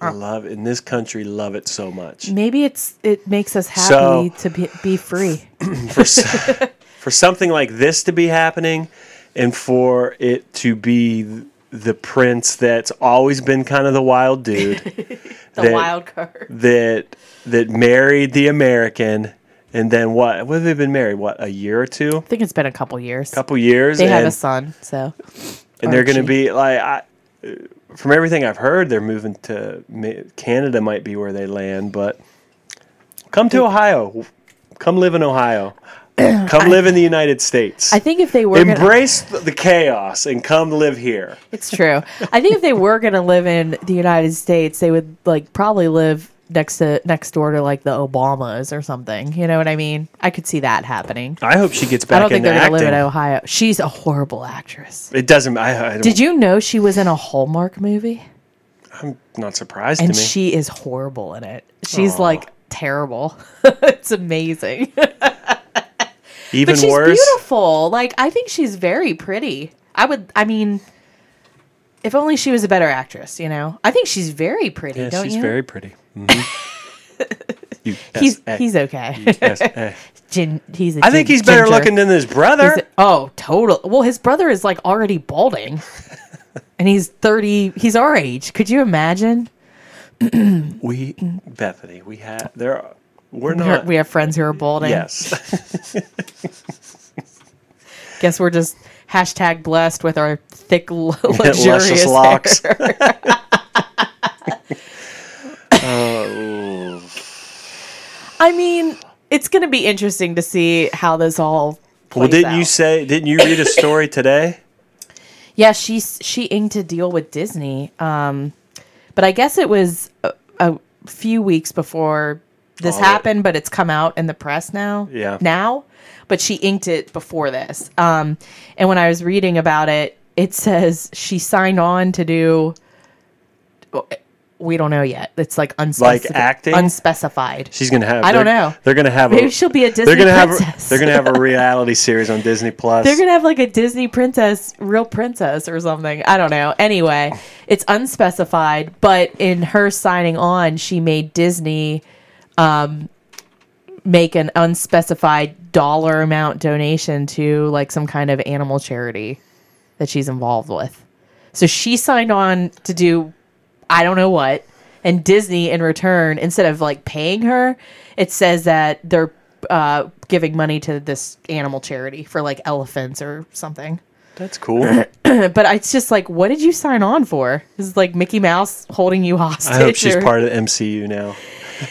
B: Uh.
A: love in this country, love it so much.
B: Maybe it's it makes us happy
A: So-
B: to be, be free.
A: for, s- for something like this to be happening and for it to be th- the prince that's always been kind of the wild dude
B: The
A: That-
B: wild card.
A: that that married the American and then what what have they been married what a year or two
B: I think it's been a couple years.
A: couple years
B: they
A: and,
B: have a son, so
A: and they're going to
B: Archie.
A: be like I, from everything I've heard they're moving to Ma- Canada might be where they land but come to Ohio come live in Ohio come live in the United States
B: I think if they were gonna-
A: embrace th- the chaos and come live here.
B: It's true. I think if they were going to live in the United States, they would like probably live next to next door to like the Obamas or something. You know what I mean? I could see that happening.
A: I hope she gets
B: I
A: back
B: don't think
A: into
B: they're going to live
A: acting.
B: in Ohio. She's a horrible actress.
A: it doesn't. I, I don't,
B: Did you know she was in a Hallmark movie?
A: not surprised
B: And
A: to me.
B: she is horrible in it. She's
A: Aw.
B: like terrible. it's amazing.
A: Even
B: but she's
A: worse.
B: beautiful. Like I think she's very pretty. I would. I mean, if only she was a better actress. You know, I think she's very pretty.
A: Yeah,
B: don't
A: she's
B: you?
A: very pretty. Mhm. You- eh,
B: He's
A: S-A,
B: he's okay.
A: S-A.
B: Gin, he's a
A: I think
B: gin-
A: he's better
B: ginger.
A: looking than his
B: He's
A: brother.
B: a- oh, total. Well, his brother is like already balding, and he's thirty. He's our age. Could you imagine?
A: we, Bethany, we have there. Are, we're
B: We are-
A: not.
B: We have friends who are balding.
A: yes.
B: Guess we're just hashtag blessed with our thick,
A: Luscious
B: luxurious
A: locks.
B: hair.
A: ooh.
B: I mean, it's going to be interesting to see how this all.
A: Well,
B: plays
A: didn't you
B: out.
A: say? Didn't you read a story today?
B: Yeah, she she inked a deal with Disney. Um, but I guess it was a, a few weeks before this
A: All right.
B: happened. But it's come out in the press now.
A: Oh, Yeah.
B: Now, but she inked it before this. Um, and when I was reading about it, it says she signed on to do. We don't know yet. It's like
A: Like
B: unspecified.
A: acting?
B: unspecified.
A: She's gonna have.
B: I don't
A: they're-
B: know.
A: They're gonna have.
B: Maybe
A: a,
B: she'll be a Disney
A: they're gonna have.
B: princess.
A: A, they're gonna have a reality series on Disney Plus.
B: They're gonna have like a Disney princess, real princess or something. I don't know. Anyway, it's unspecified, but in her signing on, she made Disney um, make an unspecified dollar amount donation to like some kind of animal charity that she's involved with. So she signed on to do I don't know what. And Disney, in return, instead of like paying her, it says that they're uh, giving money to this animal charity for like elephants or something.
A: That's cool. I
B: But it's just like, what did you sign on for? This is like Mickey Mouse holding you hostage.
A: hope she's
B: or-
A: part of the MCU now.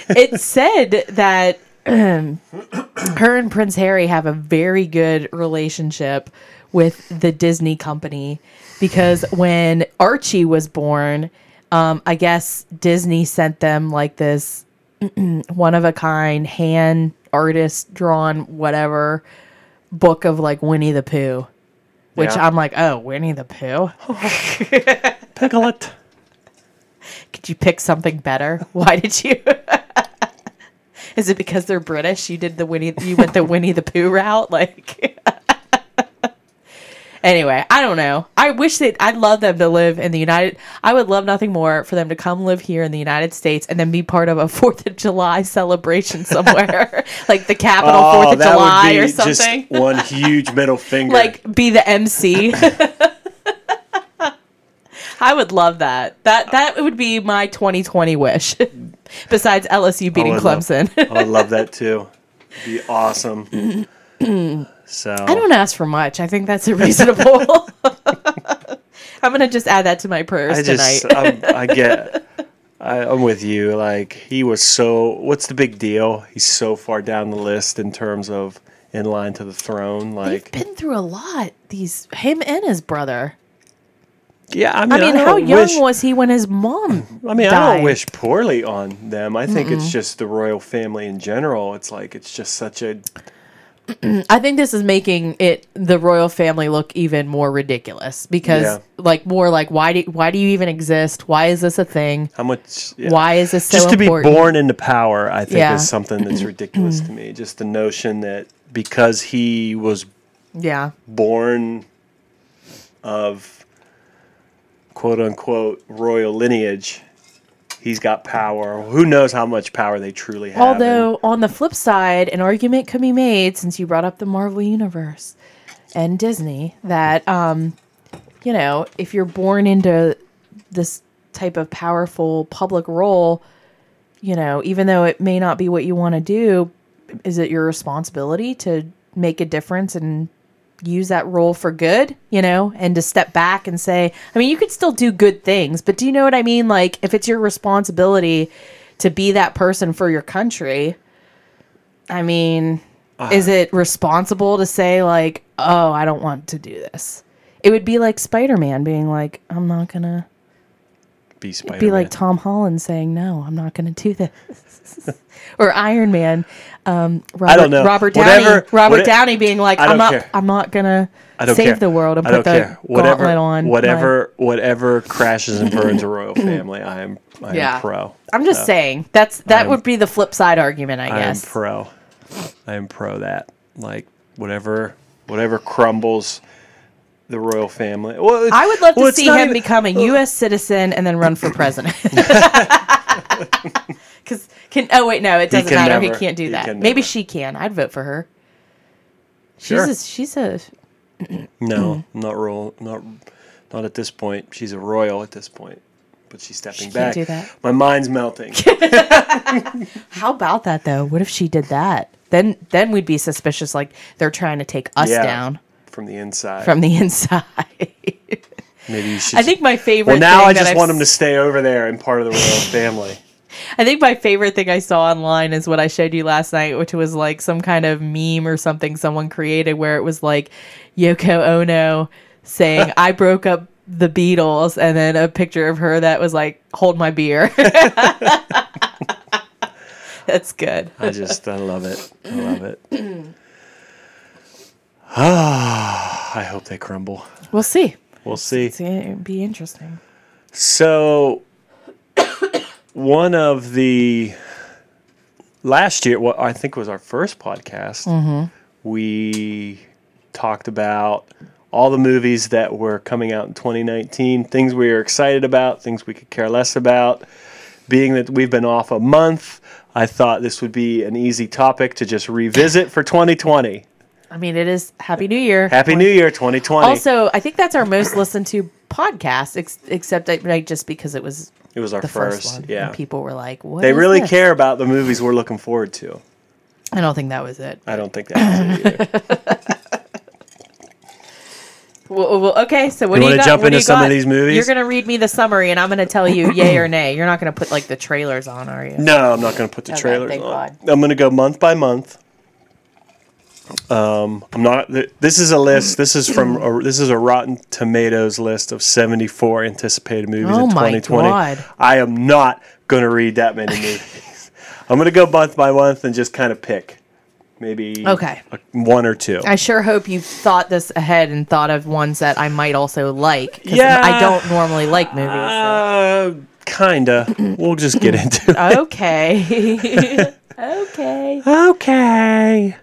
B: it said that her and Prince Harry have a very good relationship with the Disney company because when Archie was born, um, I guess Disney sent them like this one of a kind hand artist drawn whatever book of like Winnie the Pooh, which
A: Yeah.
B: I'm like, oh, Winnie the Pooh?
A: Piglet.
B: Could you pick something better? Why did you? Is it because they're British? You did the Winnie, you went the Winnie the Pooh route, like. anyway, I don't know. I wish that I'd love them to live in the United. I would love nothing more for them to come live here in the United States and then be part of a Fourth of July celebration somewhere, like the Capitol
A: Oh,
B: Fourth of July or something.
A: just one huge middle finger.
B: like be the MC. I would love that. That that would be my 2020 wish. Besides LSU beating
A: I would love- Oh.
B: Clemson.
A: I would love that too. Be awesome. So
B: I don't ask for much. I think that's a reasonable. I'm gonna just add that to my prayers
A: I
B: tonight.
A: just I'm, I get. I, I'm with you. Like he was so. What's the big deal? He's so far down the list in terms of in line to the throne.
B: They've
A: Like
B: been through a lot. These him and his brother.
A: yeah, I mean,
B: I mean,
A: don't
B: how young
A: wish-
B: was he when his mom?
A: I mean, I
B: died?
A: don't wish poorly on them. I think it's just the royal family in general. It's like it's just such a
B: I think this is making it the royal family look even more ridiculous because,
A: Yeah.
B: like, more like why do why do you even exist? Why is this a thing?
A: how much. yeah.
B: Why is this so
A: just to
B: important?
A: be born into power, I think,
B: Yeah.
A: is something that's ridiculous to me. Just the notion that because he was
B: Yeah,
A: born of quote unquote royal lineage, he's got power. Who knows how much power they truly have? and-
B: Although on the flip side, an argument could be made since you brought up the Marvel universe and Disney that um you know, if you're born into this type of powerful public role, you know, even though it may not be what you want to do, is it your responsibility to make a difference and use that role for good, you know, and to step back and say, I mean, you could still do good things, but do you know what I mean? Like, if it's your responsibility to be that person for your country, I mean, is it responsible to say, like, oh, I don't want to do this? It would be like Spider Man being like, I'm not gonna
A: be Spider-Man.
B: be like Tom Holland saying, "No, I'm not going to do this," or Iron Man, um, Robert,
A: don't know.
B: Robert Downey,
A: Whatever-
B: Robert
A: what-
B: Downey being like,
A: I don't
B: "I'm not,
A: care.
B: I'm not gonna
A: I don't
B: save
A: care.
B: the world and
A: I
B: put
A: don't
B: the
A: care. Whatever,
B: gauntlet on." my-"
A: whatever, whatever crashes and burns a royal family. I am, I am
B: Yeah.
A: pro.
B: I'm just
A: So,
B: saying that's that
A: am-
B: would be the flip side argument, I
A: I am
B: guess.
A: uh, pro. I am pro that. Like whatever, whatever crumbles the royal family. Well, it's-
B: I would love to
A: well, it's
B: see
A: not
B: him
A: even- Oh.
B: become a U.S. citizen and then run for president. Because can oh wait no it doesn't
A: can
B: matter
A: never-
B: he can't do
A: he
B: that
A: can
B: maybe
A: never.
B: she can I'd vote for her. She's
A: Sure.
B: a, she's a
A: No,
B: Mm.
A: not royal. Not not at this point. She's a royal at this point, but she's stepping
B: can't
A: back.
B: do that.
A: My mind's melting.
B: How about that though? What if she did that? Then then we'd be suspicious like they're trying to take us
A: Yeah,
B: down
A: from the inside.
B: from the inside.
A: Maybe you should.
B: I think my favorite
A: Well, now
B: thing
A: I
B: that
A: just
B: I've
A: want him to
B: s-
A: stay over there and part of the royal family.
B: I think my favorite thing I saw online is what I showed you last night, which was like some kind of meme or something someone created where it was like Yoko Ono saying, I broke up the Beatles, and then a picture of her that was like, hold my beer. That's good.
A: I just, I love it. I love it. Ah, I hope they crumble.
B: We'll see.
A: We'll see.
B: It's going to be interesting.
A: So, one of the last year, what I think was our first podcast,
B: Mm-hmm.
A: we talked about all the movies that were coming out in 2019, things we were excited about, things we could care less about. Being that we've been off a month, I thought this would be an easy topic to just revisit for 2020.
B: I mean, it is Happy New Year.
A: Happy New Year 2020.
B: Also, I think that's our most listened to podcast, ex- except I, like, just because it was
A: it was our
B: the
A: first.
B: first, one.
A: yeah.
B: And people were like, "What?"
A: they
B: is
A: really
B: this?"
A: care about the movies we're looking forward to.
B: I don't think that was it.
A: I don't think that was it either.
B: Well, well, okay, so what
A: You
B: do
A: wanna
B: you got?
A: jump
B: What do
A: into
B: you
A: some of
B: got?
A: these movies?
B: You're gonna read me the summary, and I'm gonna tell you yay or nay. You're not gonna put like the trailers on, are you?
A: No, I'm not going to put the
B: Okay,
A: trailers
B: thank
A: on.
B: God.
A: I'm going to go month by month. Um, I'm not. th- This is a list. This is from. A, this is a Rotten Tomatoes list of 74 anticipated movies
B: Oh
A: in
B: my
A: 2020.
B: God.
A: I am not going to read that many movies. I'm going to go month by month and just kind of pick, maybe
B: Okay.
A: a- one or two.
B: I sure hope you thought this ahead and thought of ones that I might also like. 'cause
A: Yeah.
B: I don't normally like movies. so-
A: uh, kinda. we'll just get into it.
B: Okay. okay.
A: Okay.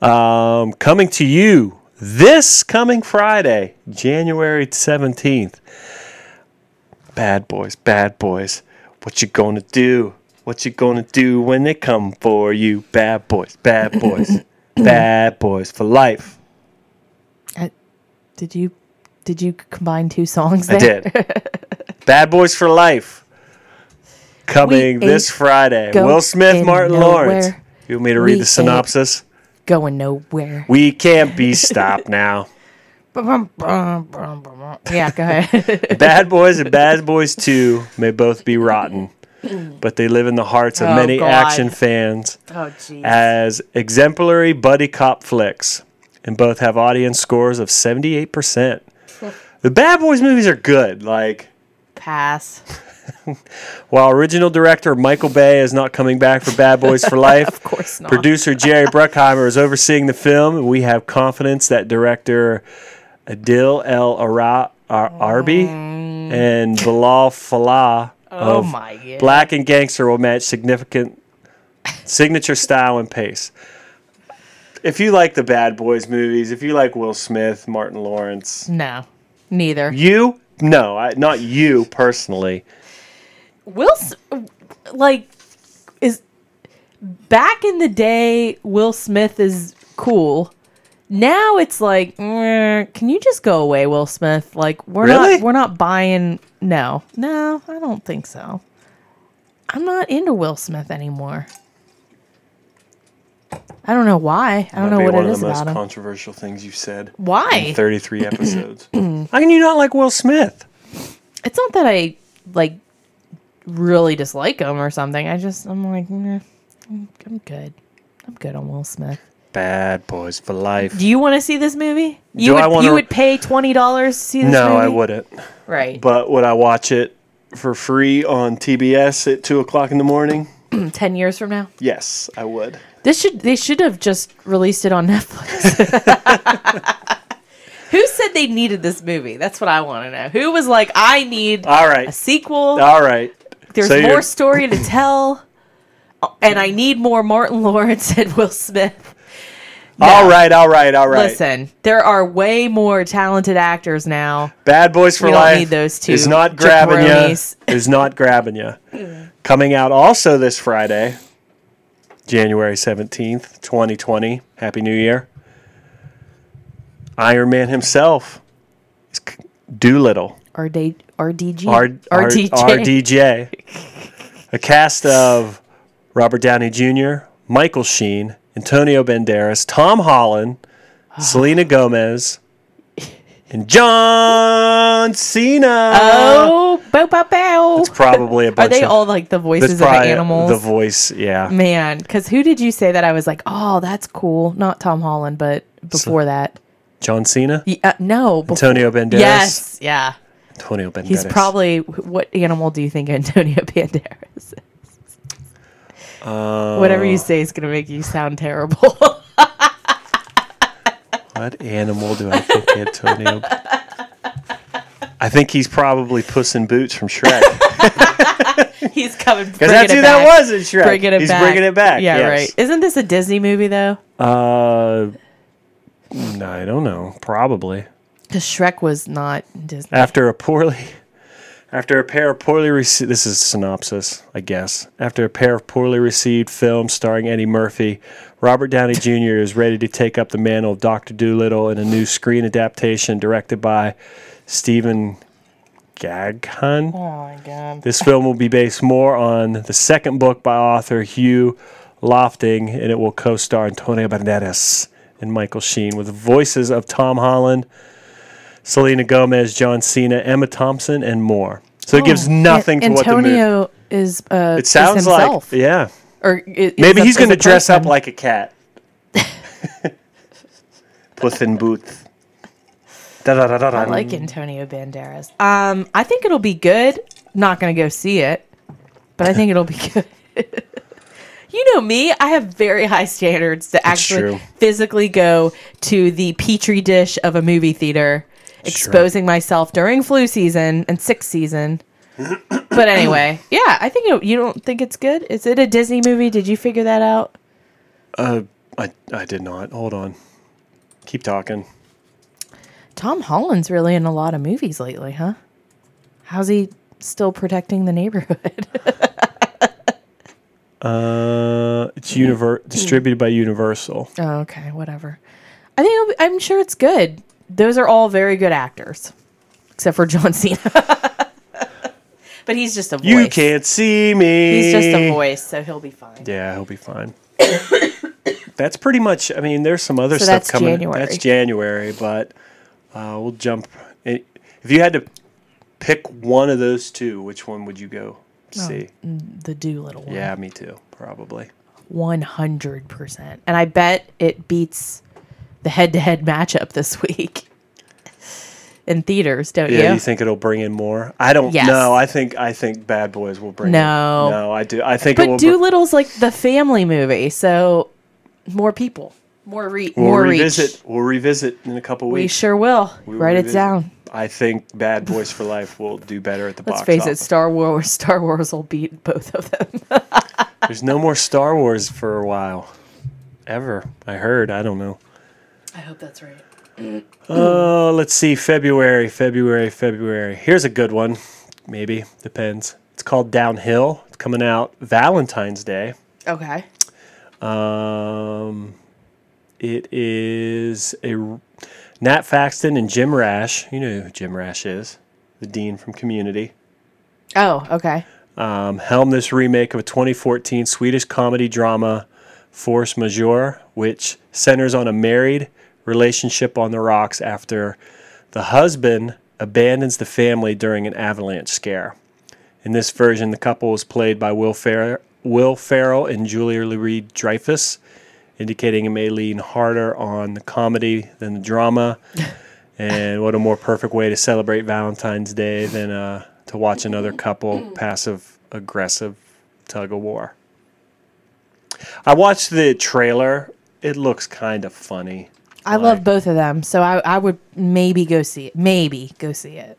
A: Um, coming to you this coming Friday, January 17th. Bad boys, bad boys. What you gonna do? What you gonna do when they come for you? Bad boys, bad boys, bad boys for life.
B: Uh, did you did you combine two songs? There?
A: I did. Bad boys for life. Coming
B: We
A: this
B: ain't
A: Friday.
B: going
A: Will Smith, Martin Lawrence.
B: nowhere.
A: You want me to
B: We
A: read the
B: ain't
A: synopsis?
B: Going nowhere.
A: We can't be stopped now.
B: Brum, brum, brum, brum. Yeah, go ahead.
A: Bad Boys and Bad Boys 2 may both be rotten, but they live in the hearts of
B: Oh,
A: many
B: God.
A: action fans
B: oh, jeez.
A: as exemplary buddy cop flicks, and both have audience scores of 78%. The Bad Boys movies are good. Like,
B: Pass.
A: while original director Michael Bay is not coming back for Bad Boys for Life,
B: Of course not.
A: Producer Jerry Bruckheimer is overseeing the film, and we have confidence that director Adil El Ara- Ar- Arbi and Bilal Falah
B: Mm. oh
A: of
B: my god.
A: Black and Gangster will match significant signature style and pace. If you like the Bad Boys movies, if you like Will Smith, Martin Lawrence,
B: no, neither.
A: you no, I, not you personally.
B: Will, S- like, is back in the day. Will Smith is cool. Now it's like, "Mm, can you just go away, Will Smith? Like, we're
A: Really?
B: not, we're not buying. No, no, I don't think so. I'm not into Will Smith anymore. I don't know why. I don't know
A: That'd
B: what
A: be
B: it
A: one
B: is
A: of the
B: about
A: most
B: him.
A: controversial things you've said.
B: why?
A: in 33 episodes. How can you not like Will Smith?
B: it's not that I like really dislike him or something. I just I'm like, "Nah, I'm I'm good. I'm good on Will Smith.
A: Bad Boys for Life.
B: Do you want to see this movie? You
A: Do
B: would
A: I wanna-
B: you would pay twenty dollars to see this movie?
A: No, I wouldn't.
B: Right,
A: But would I watch it for free on TBS at two o'clock in the morning?
B: ten years from now,
A: Yes, I would.
B: this should they should have just released it on Netflix. Who said they needed this movie? That's what I want to know. Who was like, I need
A: All right,
B: a sequel?
A: all right.
B: There's
A: So you're-
B: more story to tell, and I need more Martin Lawrence and Will Smith.
A: All right, all right, all right.
B: Listen, there are way more talented actors now.
A: Bad Boys for
B: We don't
A: Life
B: need those two
A: is not grabbing
B: jabronis.
A: you. Is not grabbing you. Coming out also this Friday, January 17th, 2020. Happy New Year. Iron Man himself is c- Doolittle.
B: RD, RDG.
A: R- R-
B: RDJ.
A: RDJ. A cast of Robert Downey Jr., Michael Sheen, Antonio Banderas, Tom Holland, Selena Gomez, and John Cena.
B: Oh, bow, bow, bow.
A: It's probably a bunch
B: Are they
A: of,
B: all like the
A: that's
B: voices of the
A: probably
B: animals?
A: The voice, yeah.
B: Man, because who did you say that I was like, oh, that's cool? Not Tom Holland, but before that.
A: John Cena,
B: Y- uh, no. bef-
A: Antonio Banderas.
B: yes. Yeah.
A: Antonio Banderas.
B: He's probably, what animal do you think Antonio Banderas is?
A: Uh,
B: Whatever you say is going to make you sound terrible.
A: What animal do I think Antonio? I think he's probably Puss in Boots from Shrek.
B: He's coming. Because
A: Because that's who that was in Shrek.
B: Bringing it
A: he's
B: back.
A: bringing it back.
B: Yeah,
A: yes.
B: right. Isn't this a Disney movie, though?
A: Uh, no, I don't know. Probably
B: Because Shrek was not Disney.
A: after a poorly, after a pair of poorly received. This is synopsis, I guess. After a pair of poorly received films starring Eddie Murphy, Robert Downey Jr. is ready to take up the mantle of Doctor Doolittle in a new screen adaptation directed by Stephen Gaghan.
B: Oh, my God.
A: This film will be based more on the second book by author Hugh Lofting, and it will co star Antonio Banderas and Michael Sheen with the voices of Tom Holland, Selena Gomez, John Cena, Emma Thompson, and more. So it gives nothing to what the movie.
B: Oh, Antonio is. Uh,
A: It sounds
B: is himself.
A: like, yeah.
B: Or i- is
A: Maybe
B: a-
A: he's
B: is a
A: going to dress up
B: person.
A: like a cat. Puss in Boots.
B: I like Antonio Banderas. Um, I think it'll be good. Not gonna go see it, but I think it'll be good. you know me; I have very high standards to
A: true.
B: actually physically go to the petri dish of a movie theater, exposing myself during flu season and sick season. but anyway, yeah, I think it, you don't think it's good. Is it a Disney movie? Did you figure that out?
A: Uh, I, I did not. Hold on. Keep talking.
B: Tom Holland's really in a lot of movies lately, huh? How's he still protecting the neighborhood?
A: Uh, it's
B: Hmm.
A: univer- distributed by Universal.
B: Oh, okay, whatever. I think it'll be, I'm sure it's good. Those are all very good actors, except for John Cena. but he's just a voice.
A: You can't see me.
B: He's just a voice, so he'll be fine.
A: Yeah, he'll be fine. that's pretty much. I mean, there's some other
B: So
A: stuff
B: that's
A: coming.
B: January.
A: That's January, but uh, we'll jump. If you had to pick one of those two, which one would you go
B: Oh,
A: see?
B: The Doolittle one,
A: Yeah, me too, probably.
B: one hundred percent. And I bet it beats the head-to-head matchup this week in theaters, don't
A: Yeah,
B: you?
A: you think it'll bring in more? I don't
B: Yes.
A: know. I think I think Bad Boys will bring.
B: No.
A: in. no, I do. I think it will.
B: but
A: br-
B: Doolittle's like the family movie, so more people, more re-
A: we'll
B: more
A: revisit.
B: reach.
A: We'll revisit in a couple
B: We
A: weeks.
B: sure will.
A: We will
B: Write it
A: revisit.
B: down.
A: I think Bad Boys for Life will do better at the
B: Let's
A: box
B: face it,
A: office.
B: Star Wars Star Wars will beat both of them.
A: There's no more Star Wars for a while, ever. I heard. I don't know.
B: I hope that's right.
A: Oh, let's see. February, February, February. Here's a good one. Maybe depends. It's called Downhill. It's coming out Valentine's Day.
B: Okay.
A: Um, it is a Nat Faxton and Jim Rash. You know who Jim Rash is, the dean from Community.
B: Oh, okay.
A: um, helm this remake of a 2014 Swedish comedy drama, Force Majeure, which centers on a married relationship on the rocks after the husband abandons the family during an avalanche scare. In this version, the couple is played by Will, Fer- Will Farrell and Julia Louis Dreyfus, indicating it may lean harder on the comedy than the drama. And what a more perfect way to celebrate Valentine's Day than uh, to watch another couple passive aggressive tug of war. I watched the trailer. It looks kind of funny.
B: I love both of them, so I, I would maybe go see it. Maybe go see it.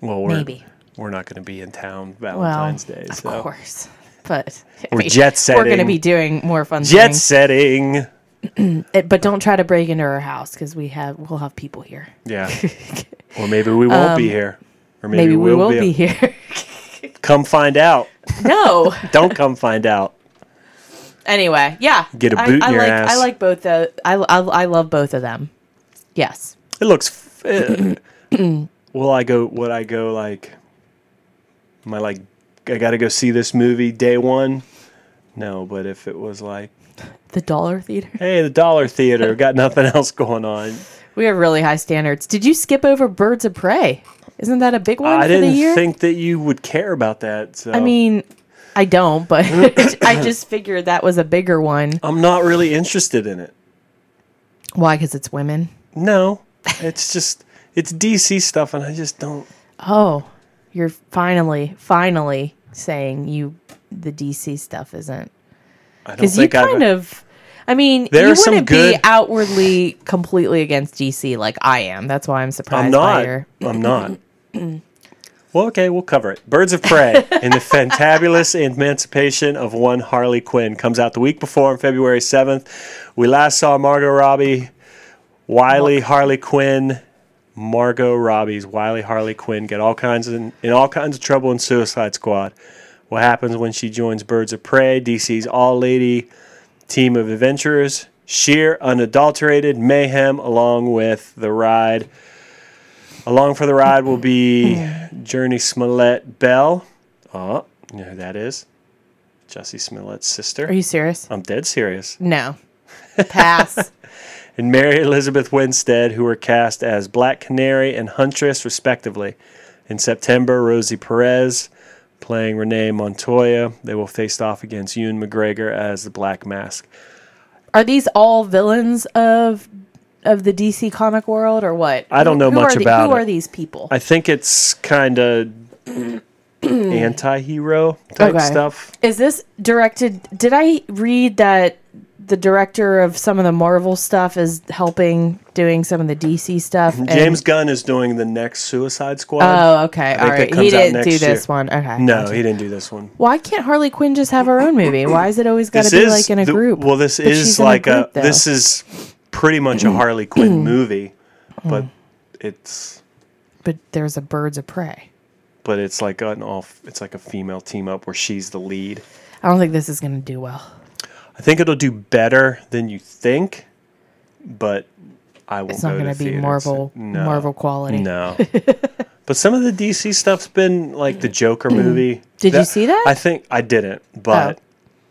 A: Well, we're,
B: Maybe.
A: we're not going to be in town
B: Well,
A: Valentine's Day.
B: of
A: So.
B: course. But
A: We're jet
B: We're going to
A: setting.
B: be doing more fun
A: Jet
B: things.
A: setting.
B: It- but don't try to break into our house because we have we'll have people here.
A: Yeah. or maybe we won't be here. Or maybe,
B: Um, Maybe, we
A: we'll
B: will be,
A: be.
B: here.
A: Come find out.
B: no.
A: Don't come find out.
B: Anyway, yeah.
A: Get a
B: I-
A: boot
B: I,
A: in your
B: like, I
A: ass.
B: like both. Of, I, I I love both of them. Yes.
A: It looks. f- eh. will I go? Would I go like? Am I like? I got to go see this movie day one. No, but if it was like,
B: The Dollar Theater.
A: Hey, the Dollar Theater got nothing else going on.
B: We have really high standards. Did you skip over Birds of Prey? Isn't that a big one
A: I
B: for the year?
A: didn't think that you would care about that. So
B: I mean, I don't, but I just figured that was a bigger one.
A: I'm not really interested in it.
B: Why? Because it's women.
A: No, it's just it's DC stuff, and I just don't.
B: Oh, you're finally, finally saying you the DC stuff isn't
A: I don't
B: because you
A: think I've.
B: kind of. I mean,
A: There
B: you
A: are some
B: wouldn't
A: good-
B: be outwardly completely against DC like I am. That's why I'm surprised.
A: I'm
B: By
A: not.
B: your,
A: I'm not. Well, okay, we'll cover it. Birds of Prey and the Fantabulous Emancipation of One Harley Quinn comes out the week before on February 7th. We last saw Margot Robbie, Wiley Harley Quinn, Margot Robbie's Wiley Harley Quinn get all kinds of, in all kinds of trouble in Suicide Squad. What happens when she joins Birds of Prey, DC's all lady team of adventurers? Sheer unadulterated mayhem along with the ride Along for the ride will be Journey Smollett Bell. Oh, you know who that is? Jussie Smollett's
B: are
A: sister.
B: you serious?
A: I'm dead serious.
B: No. Pass.
A: And Mary Elizabeth Winstead, who were cast as Black Canary and Huntress, respectively. In September, Rosie Perez playing Renee Montoya. They will face off against Ewan McGregor as the Black Mask.
B: Are these all villains of of the DC comic world or what?
A: I don't know
B: Who are
A: much
B: the-
A: about
B: Who
A: it.
B: are these people?
A: I think it's kind of anti hero type
B: Okay.
A: stuff.
B: Is this directed? Did I read that the director of some of the Marvel stuff is helping doing some of the DC stuff? and-
A: James Gunn is doing the next Suicide Squad.
B: Oh, okay. All
A: that
B: right. He
A: comes out
B: didn't
A: next
B: do
A: year.
B: this one. Okay.
A: No, he didn't do this one.
B: Why can't Harley Quinn just have her own movie? Why is it always got to
A: this
B: be
A: is
B: like in a
A: the-
B: group?
A: well, this
B: But she's
A: is
B: in a
A: like a,
B: group, though.
A: this is pretty much a Harley Quinn movie, but
B: Mm.
A: it's
B: But there's a Birds of Prey.
A: but it's like an off. It's like a female team up where she's the lead.
B: I don't think this is going to do well.
A: I think it'll do better than you think, but I won't.
B: It's not
A: go to
B: going to be
A: theaters.
B: Marvel
A: No.
B: Marvel quality.
A: No. but some of the DC stuff's been like the Joker movie.
B: Mm-hmm. Did you see that? Oh.
A: I think I didn't, but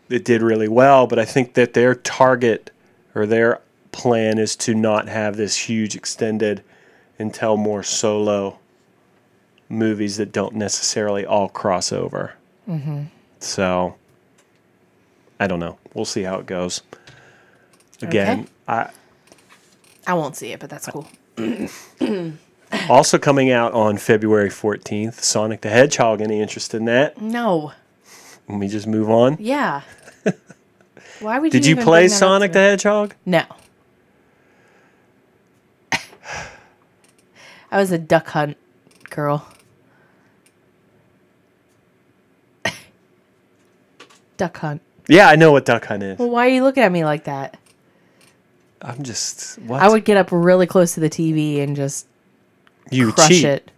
A: it did really well. But I think that their target or their plan is to not have this huge extended and tell more solo movies that don't necessarily all cross over.
B: Mm-hmm.
A: So I don't know. We'll see how it goes. Again,
B: Okay.
A: I
B: I won't see it, but that's cool.
A: Also coming out on February 14th, Sonic the Hedgehog. Any interest in that?
B: No.
A: Let me just move on.
B: Yeah. Why would
A: Did you
B: even
A: play
B: bring that up
A: Sonic the
B: to me?
A: Hedgehog?
B: No. I was a duck hunt girl. duck hunt.
A: Yeah, I know what Duck Hunt is.
B: Well, why are you looking at me like that?
A: I'm just what
B: I would get up really close to the TV and just
A: you
B: crush
A: cheat.
B: it.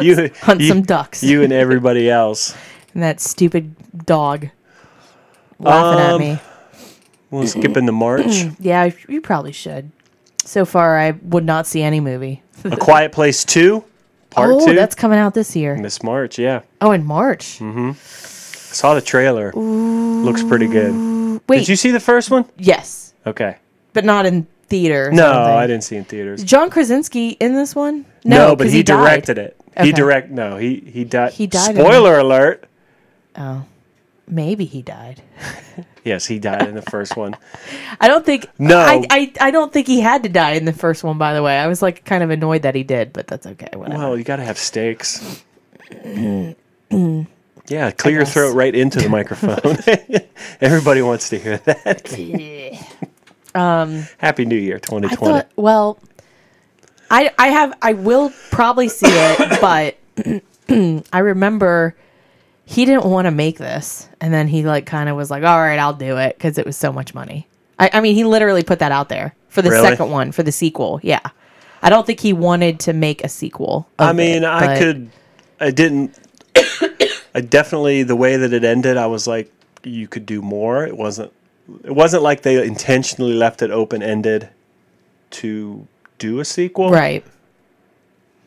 A: You
B: Hunt
A: you-
B: some ducks.
A: You and everybody else.
B: and that stupid dog laughing
A: Um,
B: at me.
A: We'll skip into March.
B: Yeah, you probably should. So far, I would not see any movie.
A: A Quiet Place Two, Part
B: oh,
A: Two. Mm-hmm.
B: that's coming out this year.
A: Miss March. Yeah,
B: Oh, in March.
A: saw the trailer. Looks pretty good.
B: Wait,
A: Did you see the first one?
B: yes,
A: Okay.
B: but not in theater.
A: No, I didn't see it in theaters.
B: Is John Krasinski in this one?
A: No, but
B: 'cause
A: he,
B: died.
A: directed it. He
B: Okay.
A: direct. No, he he died.
B: He died in it.
A: Spoiler alert.
B: Oh, maybe he died.
A: Yes, he died in the first one.
B: I don't think.
A: No.
B: I, I I don't think he had to die in the first one. By the way, I was like kind of annoyed that he did, but that's okay. Whatever.
A: Well, you got to have stakes. yeah, clear your
B: guess.
A: throat right into the microphone. Everybody wants to hear that. Happy New Year
B: I
A: 2020.
B: thought. Well, I I have I will probably see it, but I remember he didn't want to make this, and then he like kind of was like, "All right, I'll do it" because it was so much money. I, I mean, he literally put that out there for the
A: Really?
B: second one for the sequel. Yeah, I don't think he wanted to make a sequel. of
A: I mean,
B: it,
A: I
B: but-
A: could, I didn't, I definitely, the way that it ended, I was like, you could do more. It wasn't, it wasn't like they intentionally left it open ended to do a sequel.
B: Right.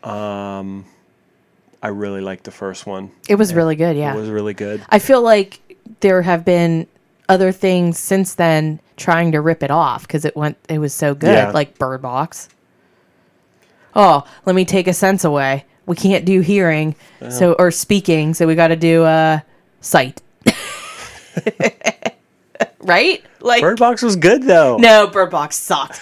A: I really liked the first one.
B: It was really good. Yeah.
A: It was really good.
B: I feel like there have been other things since then trying to rip it off because it went it was so good,
A: Yeah.
B: like Bird Box. Oh, let me take a sense away. We can't do hearing, so or speaking, so we got to do uh, sight. right? Like
A: Bird Box was good though.
B: no, Bird Box sucked.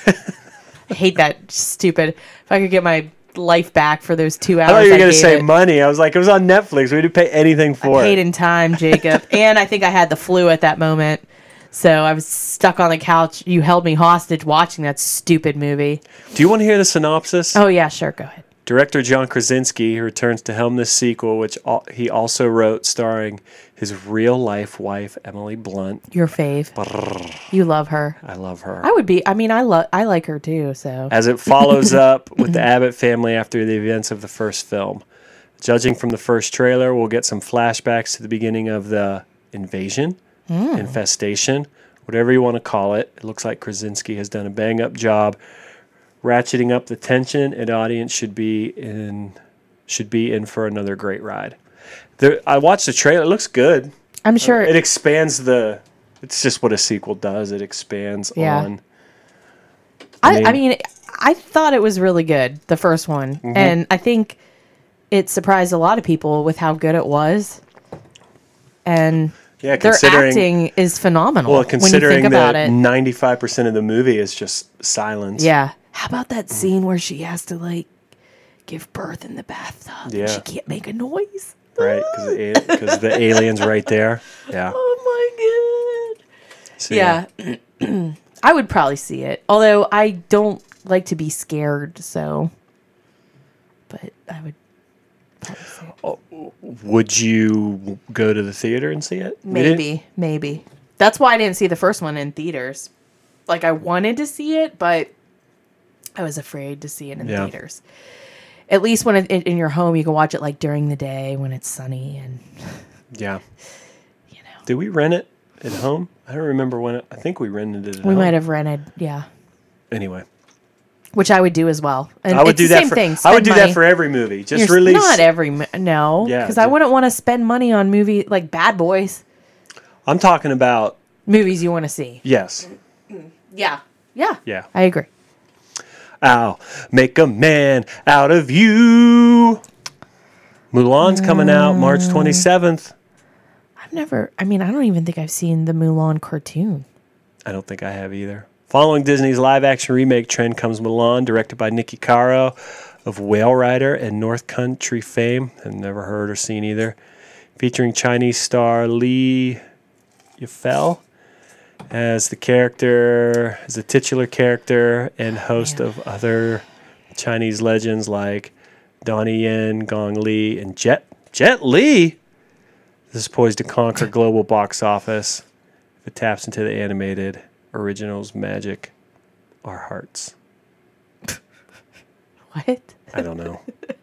B: I hate that stupid. If I could get my life back for those two hours,
A: I thought you were gonna
B: gave
A: say
B: it.
A: money. I was like, it was on Netflix. We didn't pay anything for
B: paid
A: it.
B: in time, Jacob. and I think I had the flu at that moment. So I was stuck on the couch. You held me hostage watching that stupid movie.
A: Do you want to hear the synopsis?
B: Oh, yeah, sure. Go ahead.
A: Director John Krasinski returns to helm this sequel, which al- he also wrote, starring his real-life wife Emily Blunt.
B: Your fave. You love her.
A: I love her.
B: I would be, I mean, I love, I like her too. So
A: as it follows up with the Abbott family after the events of the first film. Judging from the first trailer, we'll get some flashbacks to the beginning of the invasion,
B: Hmm.
A: infestation, whatever you want to call it. It looks like Krasinski has done a bang up job ratcheting up the tension, and audience should be in should be in for another great ride. There, I watched the trailer; it looks good.
B: I'm sure
A: It expands the. It's just what a sequel does. It expands
B: Yeah.
A: on.
B: I, I
A: mean-
B: mean, I thought it was really good, the first one.
A: Mm-hmm.
B: And I think it surprised a lot of people with how good it was. And
A: Yeah,
B: their
A: considering
B: acting is phenomenal
A: Well,
B: when you
A: considering
B: think about
A: that
B: it.
A: ninety-five percent of the movie is just silence.
B: yeah. How about that scene where she has to, like, give birth in the bathtub? and
A: Yeah.
B: She can't make a noise.
A: Right, because the aliens right there. Yeah.
B: Oh, my God.
A: so,
B: Yeah. I would probably see it. Although I don't like to be scared, so. But I would. probably see it.
A: Would you go to the theater and see it? We didn't-
B: Maybe, maybe. That's why I didn't see the first one in theaters. Like I wanted to see it, but I was afraid to see it in
A: Yeah.
B: theaters. At least when it, in, in your home, you can watch it like during the day when it's sunny and
A: Yeah.
B: you know.
A: Did we rent it at home? I don't remember when. It, I think we rented it. At
B: We
A: home.
B: might have rented, yeah,
A: Anyway,
B: which I would do as well. And
A: I would
B: it's
A: do
B: the
A: that
B: same
A: for.
B: thing.
A: I would
B: spend
A: do
B: money.
A: that for every movie. Just
B: You're s-
A: release.
B: Not every mo- no,
A: Yeah,
B: because I
A: ju-
B: wouldn't want to spend money on movie like Bad Boys
A: I'm talking about
B: movies you want to see.
A: yes.
B: Yeah, yeah,
A: Yeah.
B: I agree.
A: I'll make a man out of you. Mulan's coming out
B: Mm.
A: March twenty seventh.
B: I've never. I mean, I don't even think I've seen the Mulan cartoon.
A: I don't think I have either. Following Disney's live action remake trend comes Milan, directed by Nikki Caro of Whale Rider and North Country fame. I've never heard or seen either. Featuring Chinese star Lee Yafel as the character, as the titular character, and host of other Chinese legends like Donnie Yen, Gong Li, and Jet Jet Li. This is poised to conquer global box office. It taps into the animated originals magic, our hearts.
B: What?
A: I don't know.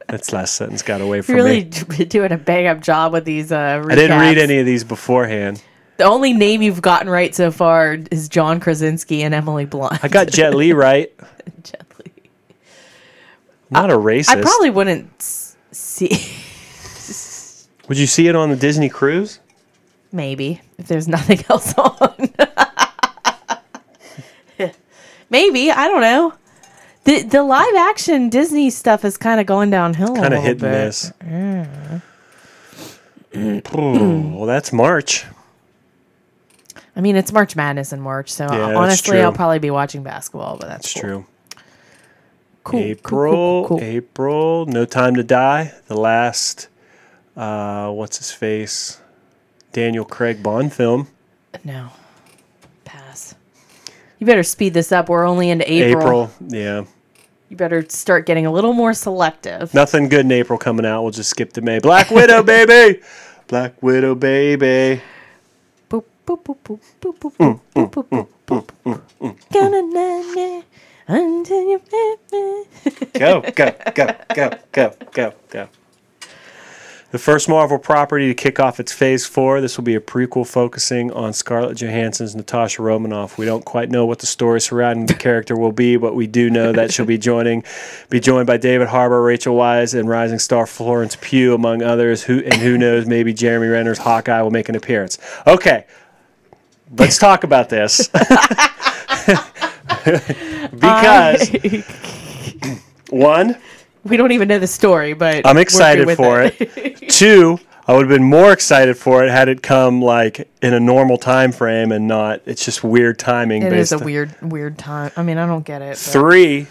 A: That's last sentence got away from
B: You're really
A: me.
B: doing a bang up job with these. Uh,
A: I didn't read
B: recaps.
A: any of these beforehand.
B: The only name you've gotten right so far is John Krasinski and Emily Blunt.
A: I got Jet Li right.
B: Gently.
A: I'm not a racist.
B: I probably wouldn't s- see.
A: Would you see it on the Disney cruise?
B: Maybe if there's nothing else on. Maybe I don't know. The the live action Disney stuff is kind of going downhill.
A: Kind of
B: of
A: hit and miss. Phew, well, that's March.
B: I mean, it's March Madness in March, so
A: Yeah, that's
B: honestly, I'll
A: true.
B: probably be watching basketball. But that's
A: It's
B: cool.
A: true.
B: Cool, cool,
A: April,
B: cool, cool, cool.
A: April, No Time to Die. The last, uh, what's his face? Daniel Craig Bond film.
B: No, pass. You better speed this up. We're only into April.
A: April. Yeah.
B: You better start getting a little more selective.
A: Nothing good in April coming out. We'll just skip to May. Black Widow, baby. Black Widow, baby.
B: Boop, boop, boop, boop, boop, boop,
A: Mm,
B: boop, boop, boop, boop, boop, boop. Gonna na- na- until you make me-
A: Go, go, go, go, go, go, go. The first Marvel property to kick off its Phase 4. This will be a prequel focusing on Scarlett Johansson's Natasha Romanoff. We don't quite know what the story surrounding the character will be, but we do know that she'll be joining, be joined by David Harbour, Rachel Wise, and rising star Florence Pugh, among others. Who And who knows, maybe Jeremy Renner's Hawkeye will make an appearance. Okay, let's talk about this. because, one,
B: we don't even know the story, but
A: I'm
B: we're good
A: excited
B: with
A: for it. Two, I would have been more excited for it had it come like in a normal time frame and not. It's just weird timing.
B: It
A: based
B: is a
A: on-
B: weird, weird time. I mean, I don't get it. but-
A: Three,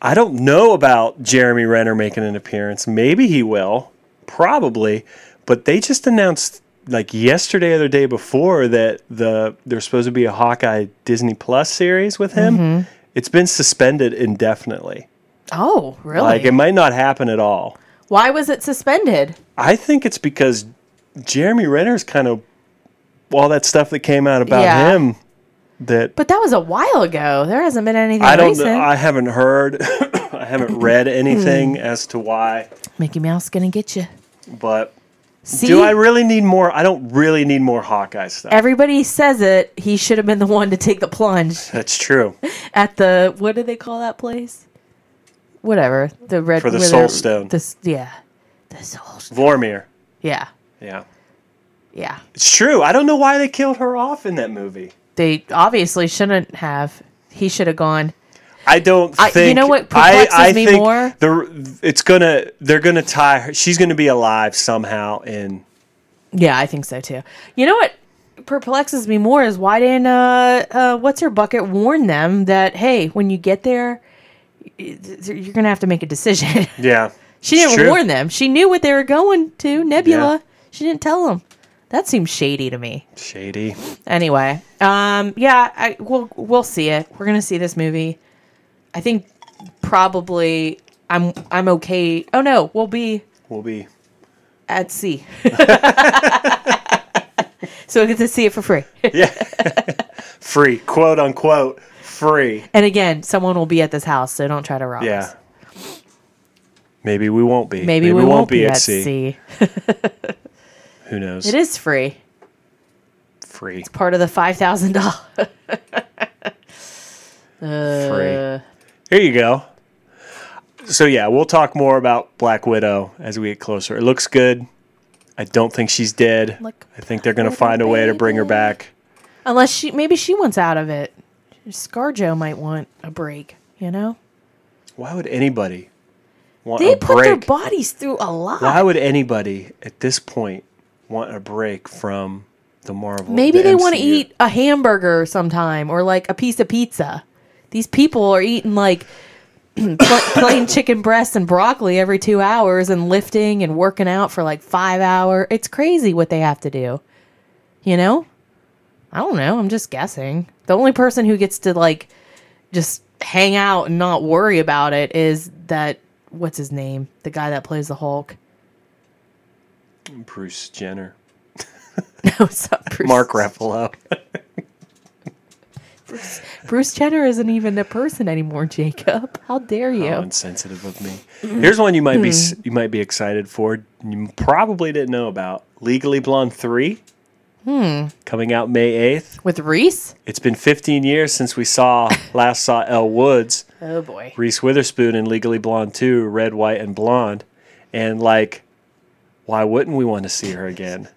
A: I don't know about Jeremy Renner making an appearance. Maybe he will, probably, but they just announced like yesterday or the day before that the there's supposed to be a Hawkeye Disney Plus series with him.
B: Mm-hmm.
A: It's been suspended indefinitely.
B: Oh, really?
A: Like it might not happen at all.
B: Why was it suspended?
A: I think it's because Jeremy Renner's kind of all that stuff that came out about
B: Yeah.
A: him that
B: But that was a while ago. There hasn't been anything
A: I don't
B: recent.
A: know. I haven't heard I haven't read
B: Hmm.
A: anything as to why,
B: Mickey Mouse gonna get you.
A: but
B: See,
A: do I really need more I don't really need more Hawkeye stuff.
B: everybody says it. He should have been the one to take the plunge
A: That's true.
B: at the what do they call that place? Whatever the red
A: For the
B: where
A: Soul
B: they're-
A: Stone.
B: This yeah, the soul. Stone.
A: Vormir.
B: Yeah,
A: Yeah.
B: yeah.
A: It's true. I don't know why they killed her off in that movie.
B: They obviously shouldn't have. He should have gone.
A: I don't
B: I- you
A: think
B: know what perplexes me more?
A: The, it's gonna they're gonna tie her she's gonna be alive somehow in
B: Yeah, I think so too. You know what perplexes me more is why didn't uh, uh what's her bucket warn them that hey, when you get there, y- th- you're gonna have to make a decision.
A: yeah.
B: she
A: It's
B: didn't
A: true.
B: warn them. She knew what they were going to Nebula.
A: Yeah.
B: She didn't tell them. That seems shady to me.
A: Shady.
B: Anyway, um, yeah, I, we'll we'll see it. We're gonna see this movie. I think probably I'm I'm okay. Oh no, we'll be
A: will be.
B: at sea. so we get to see it for free.
A: Yeah. free, quote unquote, free.
B: And again, someone will be at this house, so don't try to rob us.
A: Yeah. Maybe we won't be.
B: Maybe, we won't, be, at sea.
A: Who knows?
B: It is free.
A: free.
B: Part of the five thousand dollars. Uh,
A: free. Here you go. So yeah, we'll talk more about Black Widow as we get closer. It looks good. I don't think she's dead.
B: Look,
A: I think they're going to find a way to bring her
B: baby.
A: back.
B: Unless she maybe she wants out of it. Scarjo might want a break, you know?
A: Why would anybody want
B: They
A: a
B: put their
A: break?
B: bodies through a lot.
A: Why would anybody at this point want a break from the Marvel?
B: Maybe
A: the
B: they want to
A: MCU?
B: eat a hamburger sometime or like a piece of pizza. These people are eating like pl- plain chicken breasts and broccoli every two hours and lifting and working out for like five hour. It's crazy what they have to do. You know? I don't know. I'm just guessing. The only person who gets to like just hang out and not worry about it is that what's his name? The guy that plays the Hulk.
A: Bruce Jenner,
B: No, it's not Bruce.
A: Mark Ruffalo.
B: Bruce Jenner isn't even a person anymore, Jacob. How dare you?
A: How insensitive of me. Here's one you might be s- you might be excited for. You probably didn't know about Legally Blonde three. Coming out May eighth.
B: With Reese?
A: It's been 15 years since we saw last saw Elle Woods,
B: Oh boy.
A: Reese Witherspoon in Legally Blonde two, Red, White, and Blonde, and like, why wouldn't we want to see her again?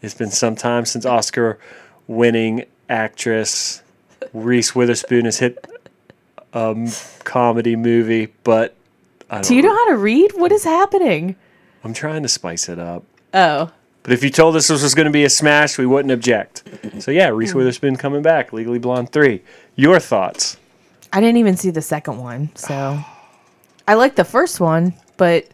A: It's been some time since Oscar winning actress Reese Witherspoon has hit um comedy movie, but. I don't
B: Do you know how to read? What is happening?
A: I'm trying to spice it up.
B: Oh.
A: But if you told us this was going to be a smash, we wouldn't object. So yeah, Reese
B: Hmm.
A: Witherspoon coming back, Legally Blonde three. Your thoughts?
B: I didn't even see the second one, so I like the first one, but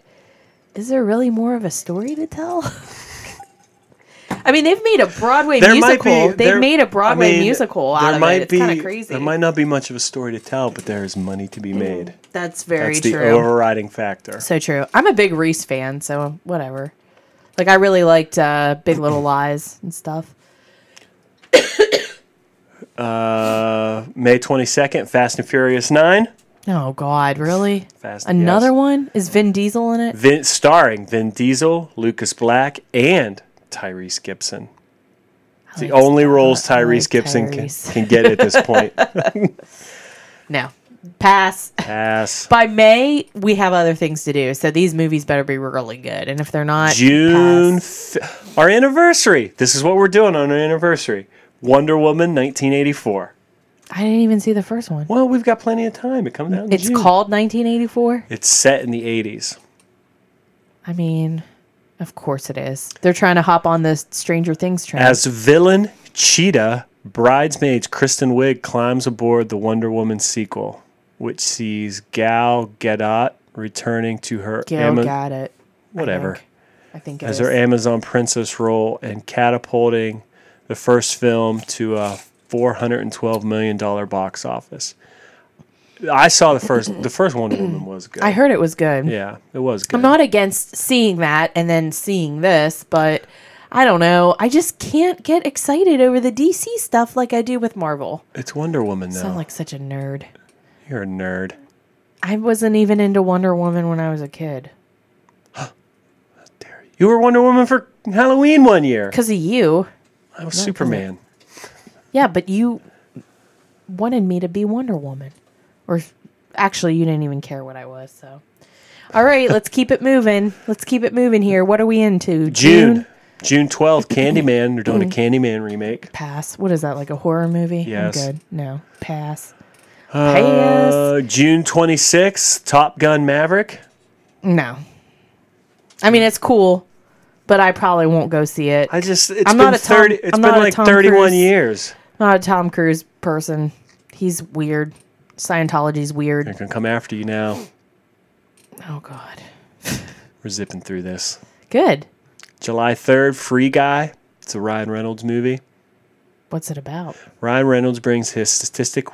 B: is there really more of a story to tell? I mean, they've made a Broadway musical. they've
A: there-
B: made a Broadway
A: I mean,
B: musical
A: there
B: out of
A: might
B: it. It's
A: be-
B: kind of crazy.
A: There might not be much of a story to tell, but there is money to be made.
B: That's very
A: That's the
B: true.
A: overriding factor.
B: So true. I'm a big Reese fan, so whatever. Like I really liked uh, Big Little Lies and stuff.
A: Uh, May 22nd, Fast and Furious nine.
B: Oh God, really?
A: Fast and
B: Another
A: Furious.
B: one? Is Vin Diesel in it?
A: Vin, starring Vin Diesel, Lucas Black, and Tyrese Gibson. It's the
B: like
A: only
B: Scott.
A: roles
B: I like
A: Tyrese Gibson can,
B: Tyrese.
A: can get at this point.
B: No. Pass.
A: Pass.
B: By May, we have other things to do, so these movies better be really good. And if they're not,
A: June,
B: pass.
A: f- our anniversary. This is what we're doing on our anniversary. Wonder Woman, 1984.
B: I didn't even see the first one.
A: Well, we've got plenty of time. It comes out. In
B: It's
A: June.
B: called 1984.
A: It's set in the 80s.
B: I mean, of course it is. They're trying to hop on this Stranger Things train.
A: As villain Cheetah, bridesmaids Kristen Wiig climbs aboard the Wonder Woman sequel, which sees Gal Gadot returning to her
B: Gail
A: Ama-
B: got it.
A: whatever
B: I think it
A: as
B: is.
A: her Amazon princess role and catapulting the first film to a 412 million dollar box office. I saw the first the first Wonder Woman was good.
B: I heard it was good.
A: yeah, it was good.
B: I'm not against seeing that and then seeing this, but I don't know. I just can't get excited over the DC stuff like I do with Marvel.
A: it's Wonder Woman
B: I
A: though.
B: sound like such a nerd.
A: You're a nerd.
B: I wasn't even into Wonder Woman when I was a kid.
A: Dare you. You were Wonder Woman for Halloween one year.
B: Because of you.
A: I was Superman.
B: Yeah, but you wanted me to be Wonder Woman. Or actually, you didn't even care what I was, so. All right, let's keep it moving. Let's keep it moving here. What are we into?
A: June. June 12th, Candyman. They're doing a
B: Mm-hmm.
A: Candyman remake.
B: Pass. What is that, like a horror movie?
A: Yes.
B: I'm good. No. Pass.
A: Uh, June 26th, Top Gun Maverick.
B: No. I mean, it's cool, but I probably won't go see it.
A: I just, it's
B: I'm
A: been
B: not a Tom-
A: 30, It's
B: I'm
A: been
B: not a
A: like
B: Tom
A: 31
B: Cruise.
A: years.
B: Not a Tom Cruise person. He's weird. Scientology's
A: They're
B: weird.
A: going to come after you now.
B: Oh, God.
A: We're zipping through this.
B: Good.
A: July 3rd, Free Guy. It's a Ryan Reynolds movie.
B: What's it about?
A: Ryan Reynolds brings his statistic,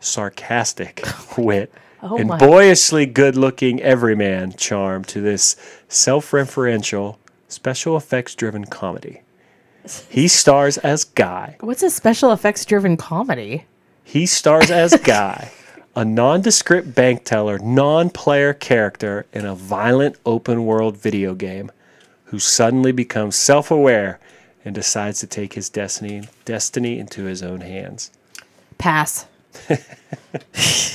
A: sarcastic wit
B: Oh
A: and
B: my.
A: boyishly good looking everyman charm to this self referential, special effects driven comedy. He stars as Guy.
B: What's a special effects driven comedy?
A: He stars as Guy, a nondescript bank teller, non player character in a violent open world video game who suddenly becomes self aware and decides to take his destiny destiny into his own hands.
B: Pass.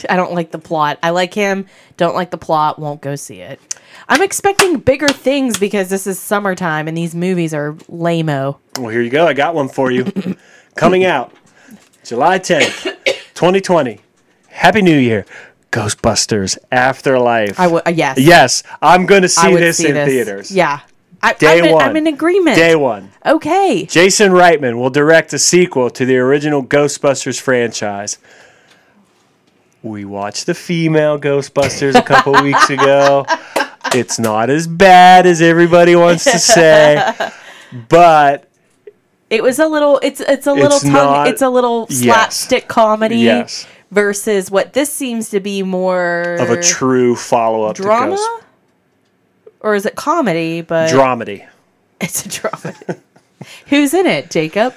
B: I don't like the plot. I like him. Don't like the plot. Won't go see it. I'm expecting bigger things because this is summertime and these movies are lame
A: Well, here you go. I got one for you. Coming out July 10th, 2020. Happy New Year. Ghostbusters Afterlife.
B: I would, uh, yes.
A: yes, I'm going to
B: I
A: see
B: would
A: this
B: see
A: in
B: this.
A: theaters.
B: Yeah. I,
A: Day
B: I'm in,
A: one.
B: I'm in agreement.
A: Day one.
B: Okay.
A: Jason Reitman will direct a sequel to the original Ghostbusters franchise. We watched the female Ghostbusters a couple weeks ago. It's not as bad as everybody wants to say, but
B: It was a little. It's it's a little
A: It's
B: tongue.
A: not-
B: it's a little
A: Yes.
B: slapstick comedy
A: Yes.
B: versus what this seems to be more
A: of a true follow up to
B: Er, drama,
A: Ghost
B: or is it comedy? But
A: Dramedy.
B: it's a drama. Who's in it, Jacob?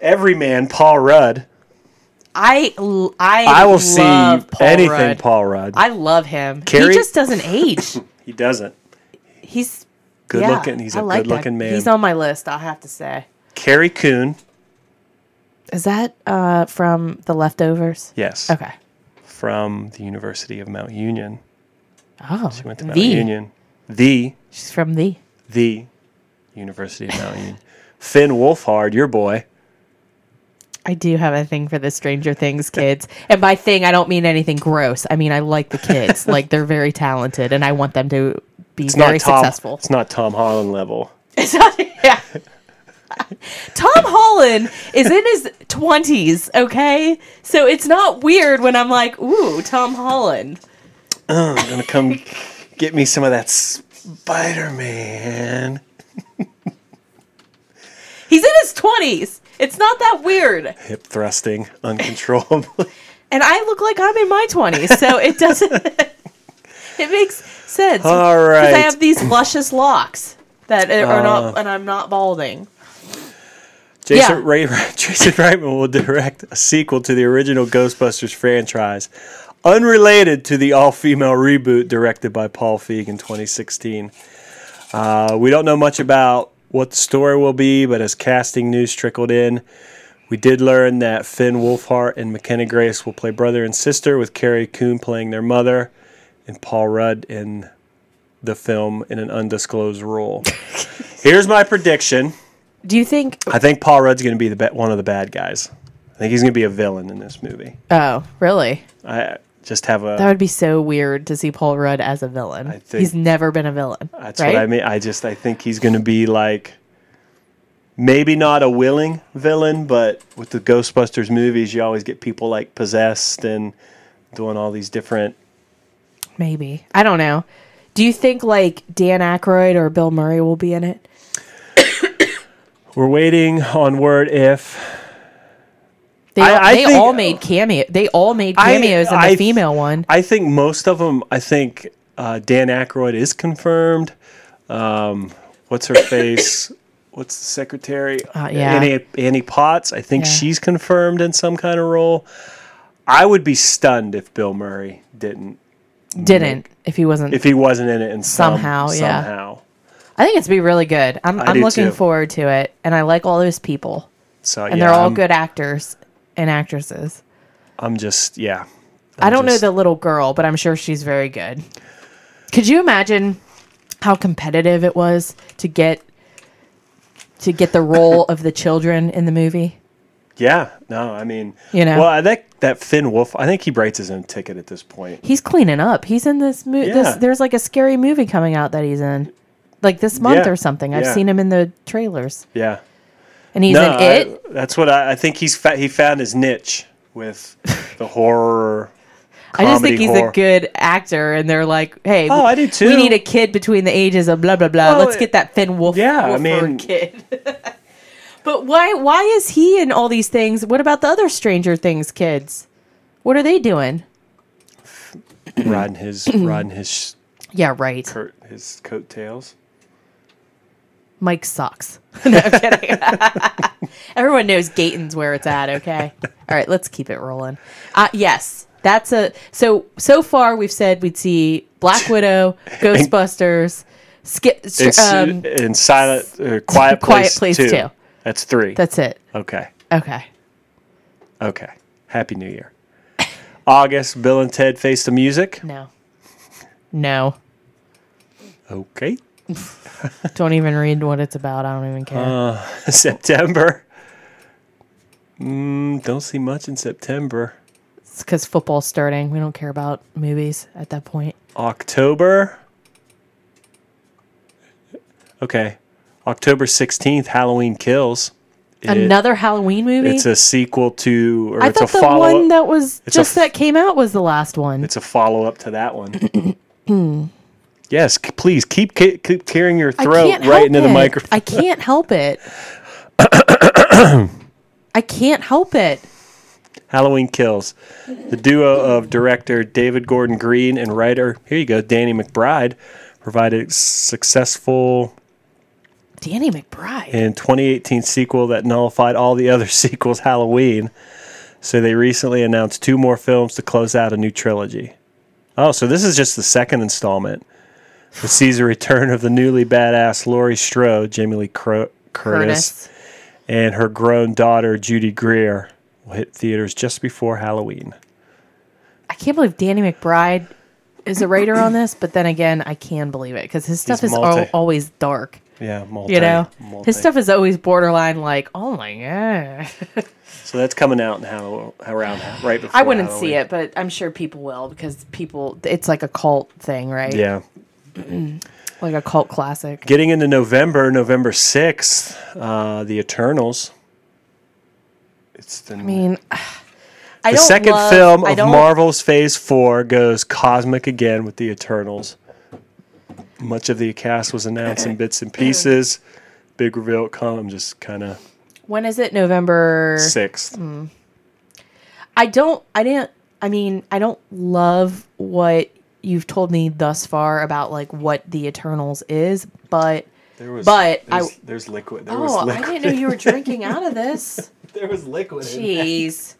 A: Everyman Paul Rudd.
B: I l- I
A: I will see
B: love Paul
A: anything
B: Rudd.
A: Paul Rudd.
B: I love him.
A: Carrie-
B: He just doesn't age.
A: he doesn't.
B: He's
A: Good
B: yeah,
A: looking. He's
B: I
A: a
B: like
A: good looking
B: that.
A: man.
B: He's on my list. I'll have to say.
A: Carrie Coon.
B: Is that uh, from The Leftovers?
A: Yes.
B: Okay.
A: From the University of Mount Union.
B: Oh,
A: She went to Mount
B: the
A: Union. The
B: she's from the.
A: the University of Mount Union. Finn Wolfhard, your boy.
B: I do have a thing for the Stranger Things kids. and by thing, I don't mean anything gross. I mean, I like the kids. like, they're very talented, and I want them to be
A: It's
B: very
A: not Tom.
B: successful.
A: It's not Tom Holland level.
B: It's not- yeah. Tom Holland is in his 20s, okay? So it's not weird when I'm like, ooh, Tom Holland.
A: I'm gonna come get me some of that Spider Man.
B: He's in his 20s. It's not that weird.
A: Hip thrusting uncontrollably.
B: And I look like I'm in my 20s, so it doesn't. it makes sense.
A: All
B: Because
A: right. Uh.
B: I have these luscious locks that are not, and I'm not balding.
A: Jason,
B: Yeah.
A: Ray, Jason Reitman will direct a sequel to the original Ghostbusters franchise, unrelated to the all female reboot directed by Paul Feig in 2016. Uh, we don't know much about what the story will be, but as casting news trickled in, we did learn that Finn Wolfhart and McKenna Grace will play brother and sister, with Carrie Coon playing their mother and Paul Rudd in the film in an undisclosed role. Here's my prediction.
B: Do you think?
A: I think Paul Rudd's going to be the ba- one of the bad guys. I think he's going to be a villain in this movie.
B: Oh, really?
A: I just have
B: That
A: a.
B: would be so weird to see Paul Rudd as a villain.
A: I think-
B: He's never been a villain.
A: That's
B: right?
A: what I mean. I just I think he's going to be like, maybe not a willing villain, but with the Ghostbusters movies, you always get people like possessed and doing all these different.
B: Maybe. I don't know. Do you think like Dan Aykroyd or Bill Murray will be in it?
A: We're waiting on word if
B: They,
A: I-
B: all-
A: I
B: they
A: think-
B: all made cameo. They all made
A: I-
B: cameos in the
A: I-
B: female one.
A: I think most of them. I think uh, Dan Aykroyd is confirmed. Um, what's her face? What's the secretary?
B: Uh, yeah.
A: Annie, Annie Potts. I think
B: Yeah.
A: she's confirmed in some kind of role. I would be stunned if Bill Murray didn't,
B: Didn't if he wasn't.
A: if he wasn't in it in some-
B: Somehow, yeah.
A: somehow.
B: I think it's be really good. I'm, I'm
A: do
B: looking
A: too.
B: forward to it, and I like all those people,
A: So
B: and
A: yeah,
B: they're all
A: I'm,
B: good actors and actresses.
A: I'm just yeah.
B: I'm I do not
A: just-
B: know the little girl, but I'm sure she's very good. Could you imagine how competitive it was to get to get the role of the children in the movie?
A: Yeah, no, I mean,
B: You know?
A: well, I think that Finn Wolf. I think he writes his own ticket at this point.
B: He's cleaning up. He's in this movie.
A: Yeah.
B: This There's like a scary movie coming out that he's in, like this month
A: Yeah,
B: or something. I've
A: yeah.
B: seen him in the trailers,
A: Yeah,
B: and he's in
A: I-
B: it.
A: that's what I, I think. He's fa- he found his niche with the horror.
B: I just
A: comedy
B: think he's
A: horror.
B: a good actor, and they're like, "Hey,
A: Oh, I do
B: We
A: too.
B: need a kid between the ages of blah blah blah.
A: Well,
B: Let's
A: it-
B: get that Finn Wolf,
A: yeah, I
B: Wolfhard
A: mean-
B: kid." but why? Why is he in all these things? What about the other Stranger Things kids? What are they doing?
A: riding his riding his
B: Yeah, right.
A: cur- his coattails.
B: Mike sucks. no, I'm kidding. Everyone knows Gayton's where it's at. Okay. All right, let's keep it rolling. Uh, yes, that's a so so far we've said we'd see Black Widow, Ghostbusters. Skip,
A: It's
B: um,
A: in silent or quiet place.
B: Quiet Place
A: two.
B: Two.
A: That's three.
B: That's it.
A: okay.
B: Okay.
A: Okay. Happy New Year. August. Bill and Ted face the music.
B: No. No.
A: Okay.
B: Don't even read what it's about. I don't even care.
A: Uh, September. Mm, don't see much in September.
B: it's because football's starting. We don't care about movies at that point.
A: October. Okay. October 16th, Halloween Kills. It-
B: Another Halloween movie?
A: It's a sequel to, or
B: I
A: it's a
B: thought the
A: follow
B: one
A: up.
B: that was
A: It's a
B: just
A: f-
B: that came out was the last one.
A: it's a follow up to that one. yes, c- please keep ki- keep tearing your
B: Hmm. I
A: throat
B: can't
A: right
B: help
A: into the
B: it.
A: microphone.
B: I can't help it. I can't help it.
A: Halloween Kills. The duo of director David Gordon Green and writer, here you go, Danny McBride, provided successful
B: Danny McBride.
A: in 2018 sequel that nullified all the other sequels Halloween. So they recently announced two more films to close out a new trilogy. Oh, so this is just the second installment. It sees the return of the newly badass Laurie Strode, Jamie Lee Cro- Curtis,
B: Curtis.
A: and her grown daughter Judy Greer will hit theaters just before Halloween.
B: I can't believe Danny McBride is a writer on this, but then again, I can believe it because his stuff
A: He's
B: is al-
A: multi.
B: always dark.
A: Yeah, multi,
B: You know,
A: multi.
B: his stuff is always borderline like, oh my god.
A: So that's coming out in Hall- around right before.
B: I wouldn't see
A: Halloween.
B: it, but I'm sure people will because people, it's like a cult thing, right?
A: Yeah,
B: Like a cult classic.
A: Getting into November, November 6th, uh, The Eternals. It's the,
B: I mean, I
A: the
B: don't
A: second
B: love-
A: film
B: I
A: of
B: don't-
A: Marvel's Phase 4 goes cosmic again with The Eternals. Much of the cast was announced in bits and pieces. Big reveal at com just kind of
B: When is it? November
A: 6th.
B: I don't. I didn't. I mean, I don't love what you've told me thus far about like what the Eternals is, but
A: There was,
B: But I-
A: there's, there's liquid. There
B: oh,
A: was
B: I
A: liquid.
B: didn't know you were drinking out of this.
A: there was liquid. in it.
B: Jeez.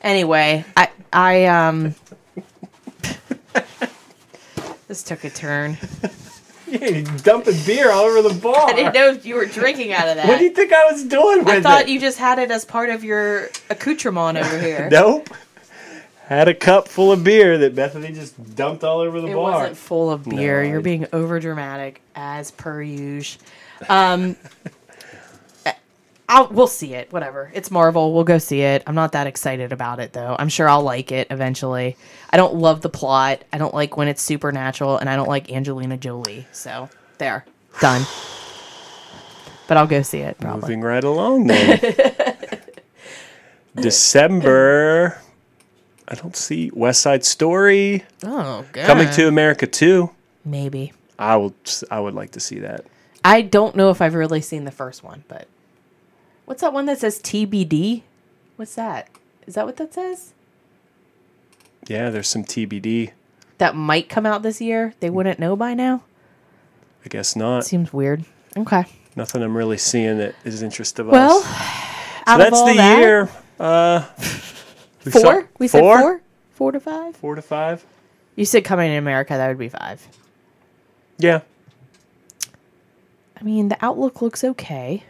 B: Anyway, I I um This took a turn.
A: Yeah, you're dumping beer all over the bar.
B: I didn't know you were drinking out of that.
A: What do you think I was doing with
B: I thought
A: it?
B: you just had it as part of your accoutrement over here.
A: Nope. Had a cup full of beer that Bethany just dumped all over the
B: It
A: bar.
B: wasn't full of beer.
A: No, I-
B: You're being over dramatic as per usual. Um, I'll, we'll see it. Whatever. It's Marvel. We'll go see it. I'm not that excited about it though. I'm sure I'll like it eventually. I don't love the plot. I don't like when it's supernatural, and I don't like Angelina Jolie. So there, done. But I'll go see it probably.
A: Moving right along then. December. I don't see West Side Story
B: Oh god.
A: coming to America too.
B: maybe.
A: I will. I would like to see that.
B: I don't know if I've really seen the first one, but what's that one that says TBD? What's that? Is that what that says?
A: Yeah, there's some TBD.
B: That might come out this year. They wouldn't know by now.
A: I guess not.
B: Seems weird. Okay.
A: Nothing I'm really seeing that is interest of
B: Well,
A: us.
B: out
A: That's
B: of all
A: the
B: that,
A: year. Uh, we
B: Four?
A: saw-
B: we said four? four? to five?
A: Four to five.
B: You said coming in America, that would be five.
A: Yeah.
B: I mean, the outlook looks okay.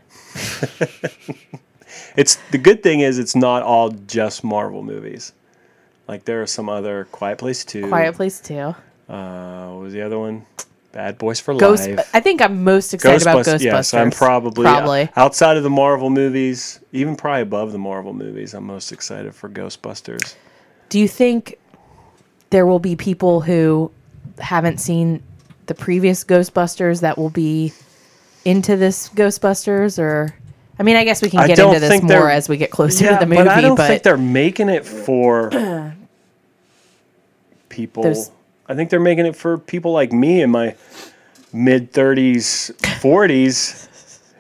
A: It's the good thing is it's not all just Marvel movies. Like there are some other Quiet Place Two.
B: Quiet Place 2.
A: Uh, what was the other one? Bad Boys for
B: Ghost.
A: Life.
B: I think I'm most excited about Ghostbusters.
A: Yes, I'm probably, uh,
B: Probably.
A: outside of the Marvel movies, even probably above the Marvel movies. I'm most excited for Ghostbusters.
B: Do you think there will be people who haven't seen the previous Ghostbusters that will be into this Ghostbusters or I mean, I guess we
A: I
B: can get
A: don't
B: into this
A: think
B: more
A: they're-
B: as we get closer to the movie,
A: but I don't
B: but
A: think they're making it for people.
B: There's-
A: I think they're making it for people like me in my mid 30s, 40s.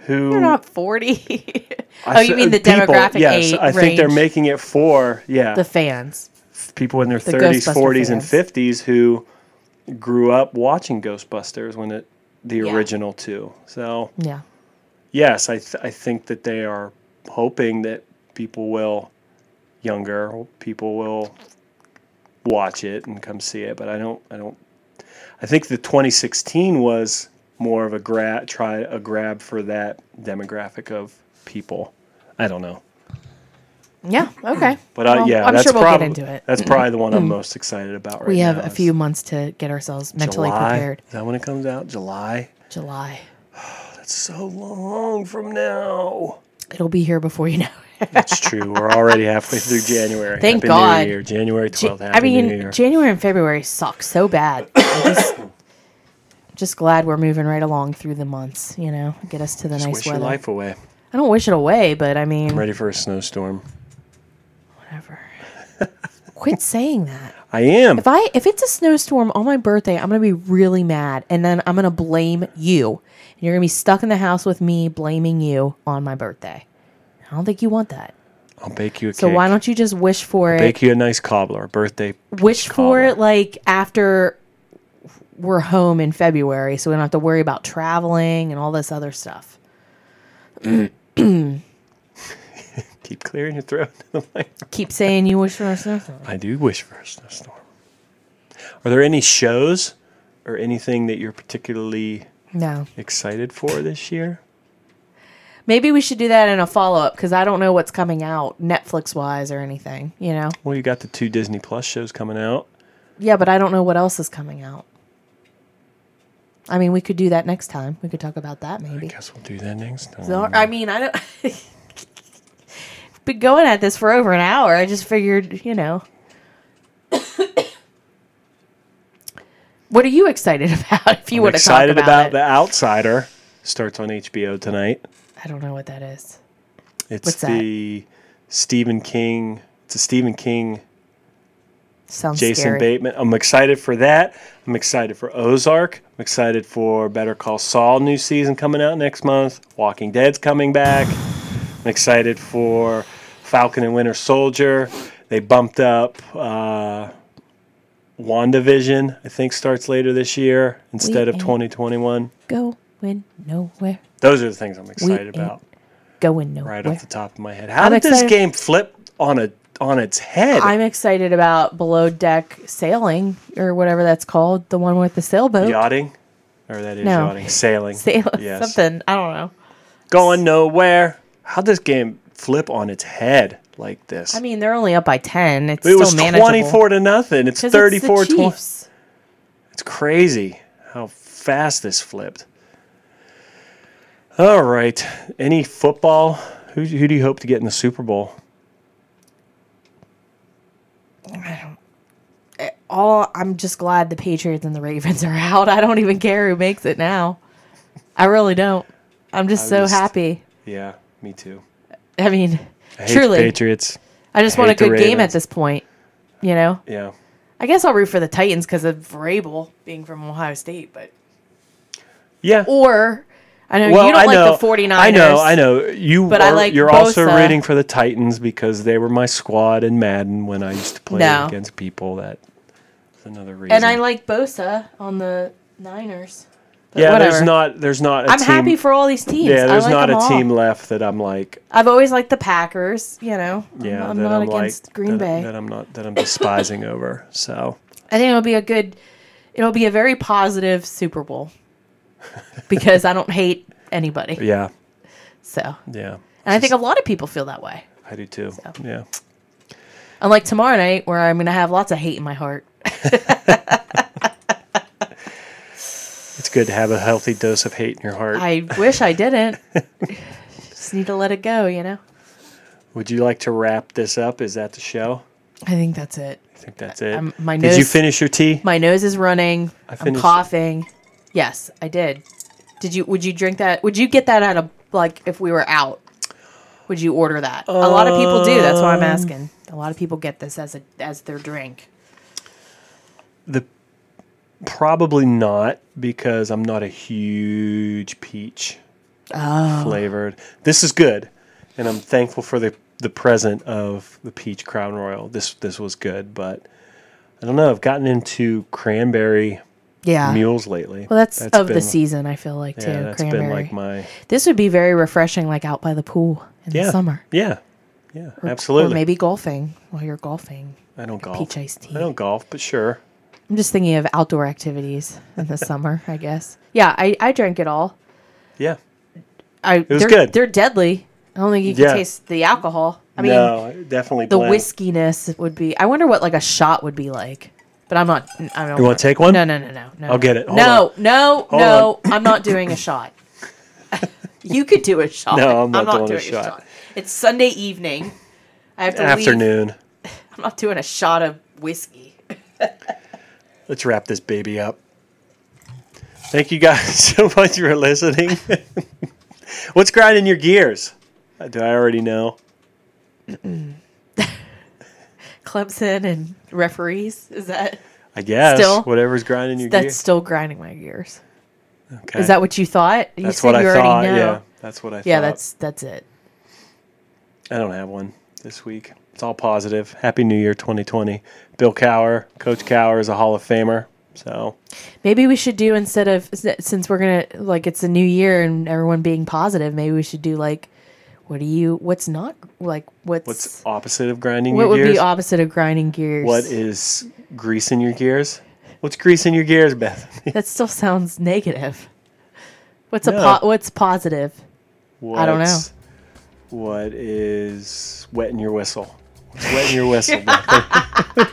A: Who
B: they're not 40.
A: I
B: oh, you
A: th-
B: mean the
A: people,
B: demographic
A: Yes,
B: age
A: I think they're
B: range.
A: making it for yeah
B: the fans.
A: people in their
B: The
A: 30s,
B: Ghostbuster
A: 40s, and
B: fans.
A: 50s who grew up watching Ghostbusters when it the
B: Yeah.
A: original two. So
B: Yeah.
A: yes, I th- I think that they are hoping that people will younger people will watch it and come see it. But I don't I don't I think the 2016 was more of a grab try a grab for that demographic of people. I don't know.
B: Yeah, okay.
A: But I,
B: Well,
A: yeah,
B: I'm
A: that's
B: sure we'll
A: probably
B: get into it. Mm-hmm.
A: that's probably the one I'm most excited about right now.
B: We have a
A: is
B: few months to get ourselves mentally
A: July.
B: prepared.
A: Is that when it comes out? July.
B: July.
A: That's so long from now.
B: It'll be here before you know it.
A: That's true. We're already halfway through January.
B: Thank
A: Happy
B: God.
A: New Year. January 12th. Happy
B: I
A: New
B: mean,
A: Year.
B: January and February suck so bad. I'm just, just glad we're moving right along through the months, you know, get us to the
A: Just
B: nice
A: wish
B: weather. Mm-hmm.
A: your life away.
B: I don't wish it away, but I mean,
A: I'm ready for a snowstorm.
B: whatever. Quit saying that.
A: I am.
B: If I if it's a snowstorm on my birthday, I'm gonna be really mad, and then I'm gonna blame you, and you're gonna be stuck in the house with me blaming you on my birthday. I don't think you want that.
A: I'll bake you a cake.
B: So why don't you just wish for it?
A: bake you a nice cobbler? Birthday.
B: wish for
A: Colin.
B: it like after we're home in February, so we don't have to worry about traveling and all this other stuff.
A: Keep clearing your throat.
B: Keep saying you wish for a snowstorm.
A: I do wish for a snowstorm. Are there any shows or anything that you're particularly
B: No,
A: excited for this year?
B: maybe we should do that in a follow up because I don't know what's coming out Netflix wise or anything. You know,
A: Well, you got the two Disney Plus shows coming out.
B: yeah, but I don't know what else is coming out. I mean, we could do that next time. We could talk about that
A: I
B: maybe.
A: guess we'll do that next time.
B: So, I mean, I don't. Been going at this for over an hour. I just figured, you know. what are you excited about? If you
A: I'm
B: want to talk
A: excited
B: about,
A: about,
B: it,
A: The Outsider. Starts on HBO tonight.
B: I don't know what that is.
A: It's
B: What's that?
A: the Stephen King. It's a Stephen King,
B: Sounds
A: Jason
B: scary.
A: Bateman. I'm excited for that. I'm excited for Ozark. I'm excited for Better Call Saul new season coming out next month. Walking Dead's coming back. I'm excited for Falcon and Winter Soldier. They bumped up uh, WandaVision, I think starts later this year instead of
B: ain't-
A: 2021.
B: Going nowhere.
A: Those are the things I'm excited
B: ain't
A: about
B: Going nowhere.
A: right off the top of my head. How
B: eh? I'm
A: did this
B: excited-
A: game flip on a on its head.
B: I'm excited about below deck sailing or whatever that's called, the one with the sailboat.
A: yachting, or that is
B: No.
A: yachting, sailing,
B: Sail-
A: Yes,
B: Something. I don't know.
A: going nowhere. How'd this game flip on its head like this?
B: I mean, they're only up by 10. It's
A: it
B: still
A: was
B: manageable.
A: 24 to nothing. It's
B: 'Cause
A: 34
B: it's the
A: 20.
B: Chiefs.
A: It's crazy how fast this flipped. All right. Any football? Who, who do you hope to get in the Super Bowl?
B: All I'm just glad the Patriots and the Ravens are out. I don't even care who makes it now. I really don't. I'm just so
A: just-
B: happy.
A: Yeah, me too.
B: I mean,
A: I hate the
B: truly,
A: Patriots.
B: I just
A: I
B: want a
A: hate the
B: good game
A: Ravens.
B: at this point. You know,
A: Yeah.
B: I guess I'll root for the Titans because of Vrabel being from Ohio State, but
A: Yeah.
B: or I know
A: Well,
B: you don't
A: I
B: like
A: know,
B: the 49ers.
A: I know, I know. You
B: But
A: are,
B: I like
A: you're also
B: Bosa.
A: rooting for the Titans because they were my squad in Madden when I used to play
B: No.
A: against people. That's another reason.
B: and I like Bosa on the Niners. But
A: yeah, there's
B: whatever.
A: not there's not a
B: I'm
A: team
B: happy for all these teams.
A: Yeah,
B: I
A: there's
B: like
A: not
B: them
A: a
B: all.
A: team left that I'm like
B: I've always liked the Packers. You know, I'm-
A: yeah,
B: I'm,
A: that
B: not
A: I'm
B: against
A: like, that,
B: Green Bay.
A: that I'm not that I'm despising over. So
B: I think it'll be a good, it'll be a very positive Super Bowl because I don't hate anybody.
A: yeah,
B: So, and
A: yeah,
B: I think a lot of people feel that way.
A: I do too. Yeah,
B: Unlike tomorrow night, where I'm going to have lots of hate in my heart.
A: it's good to have a healthy dose of hate in your heart.
B: I wish I didn't. Just need to let it go, you know?
A: Would you like to wrap this up? Is that the show?
B: I think that's it.
A: I think that's it.
B: Um, my
A: Did you
B: nose-
A: finish your tea?
B: My nose is running. I'm
A: finished-
B: coughing. Yes, I did. Did you, would you drink that? Would you get that at a, like, if we were out? Would you order that? a lot of people do. That's
A: Um,
B: why I'm asking. A lot of people get this as a, as their drink.
A: the probably not because I'm not a huge peach
B: Oh.
A: flavored. This is good, and I'm thankful for the the present of the peach Crown Royal. This this was good, but I don't know. I've gotten into cranberry
B: Yeah.
A: mules lately.
B: Well, that's, of
A: been-
B: the season. I feel like too.
A: Yeah, that's
B: cranberry.
A: been like my
B: this would be very refreshing, like out by the pool in
A: yeah
B: the summer,
A: Yeah, yeah,
B: or
A: absolutely.
B: maybe golfing while you're golfing.
A: I don't golf.
B: peach iced tea.
A: I don't golf, but sure.
B: I'm just thinking of outdoor activities in the summer. I guess. Yeah, I, I drank it all.
A: Yeah.
B: I
A: was
B: they're,
A: good.
B: They're deadly. I don't think you can
A: Yeah.
B: taste the alcohol. I mean,
A: no, it definitely
B: the
A: blend.
B: whiskiness would be. I wonder what like a shot would be like. But I'm not. I don't.
A: You want to take one?
B: No, no, no, no, no.
A: I'll get it. Hold
B: no, no,
A: Hold
B: no. I'm not doing a shot. you could do a shot.
A: No, I'm not doing a shot.
B: It's Sunday evening. I have to leave.
A: Afternoon.
B: I'm not doing a shot of whiskey.
A: let's wrap this baby up. Thank you guys so much for listening. What's grinding your gears? Uh, Do I already know?
B: Clemson and referees. Is that
A: I guess
B: Still?
A: whatever's grinding your
B: that's
A: gears.
B: still grinding my gears?
A: Okay.
B: Is that what you thought? You
A: That's
B: said
A: what
B: you
A: I
B: already
A: thought.
B: know.
A: Yeah, that's what I thought.
B: Yeah, that's that's it.
A: I don't have one this week. It's all positive. Happy New Year 2020. Bill Cower, Coach Cower is a Hall of Famer. So
B: Maybe we should do instead of since we're gonna like it's a new year and everyone being positive. Maybe we should do like, what do you? What's not like? What's
A: what's opposite of grinding
B: What
A: your
B: would
A: gears?
B: be opposite of grinding gears?
A: what is greasing your gears? What's greasing your gears, Beth?
B: that still sounds negative. What's
A: No.
B: a po- what's positive? I don't know.
A: What's- What is wetting your whistle? What's wetting your whistle? Beth?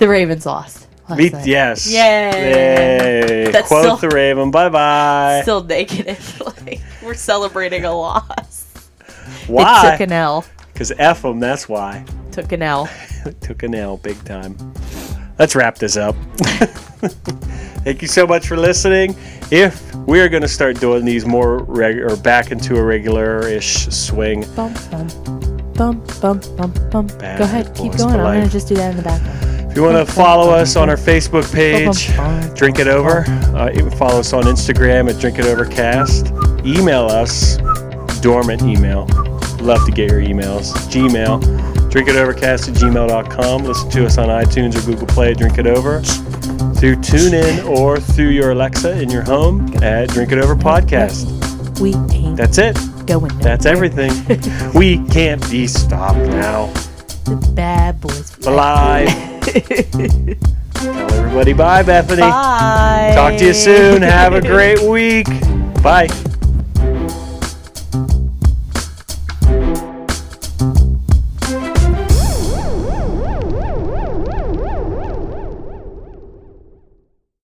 B: The Ravens lost. last
A: Beat,
B: night.
A: yes.
B: Yay.
A: Yay.
B: That's
A: Quote the
B: still-
A: Raven. Bye bye.
B: Still negative. like we're celebrating a loss. They took an
A: Why?
B: L.
A: Because F them, that's why.
B: Took an L.
A: Took an L big time. Let's wrap this up. Thank you so much for listening. If we're going to start doing these more reg- or back into a regular ish swing,
B: Bum bum bum bum bum bum. Go
A: Bad
B: ahead, keep
A: boys
B: going.
A: for
B: I'm gonna
A: life.
B: just do that in the background.
A: If you want to follow us on our Facebook page, Drink It Over. Uh, you can follow us on Instagram at Drink It Overcast. Email us, dormant email. Love to get your emails. Gmail, drinkitovercast at gmail.com. Listen to us on iTunes or Google Play, Drink It Over. Through TuneIn or through your Alexa in your home at Drink It Over Podcast.
B: We ain't
A: That's it.
B: going nowhere.
A: That's everything. we can't be stopped now.
B: The bad boys.
A: Alive. Tell everybody bye, Bethany.
B: Bye.
A: Talk to you soon. Have a great week. Bye.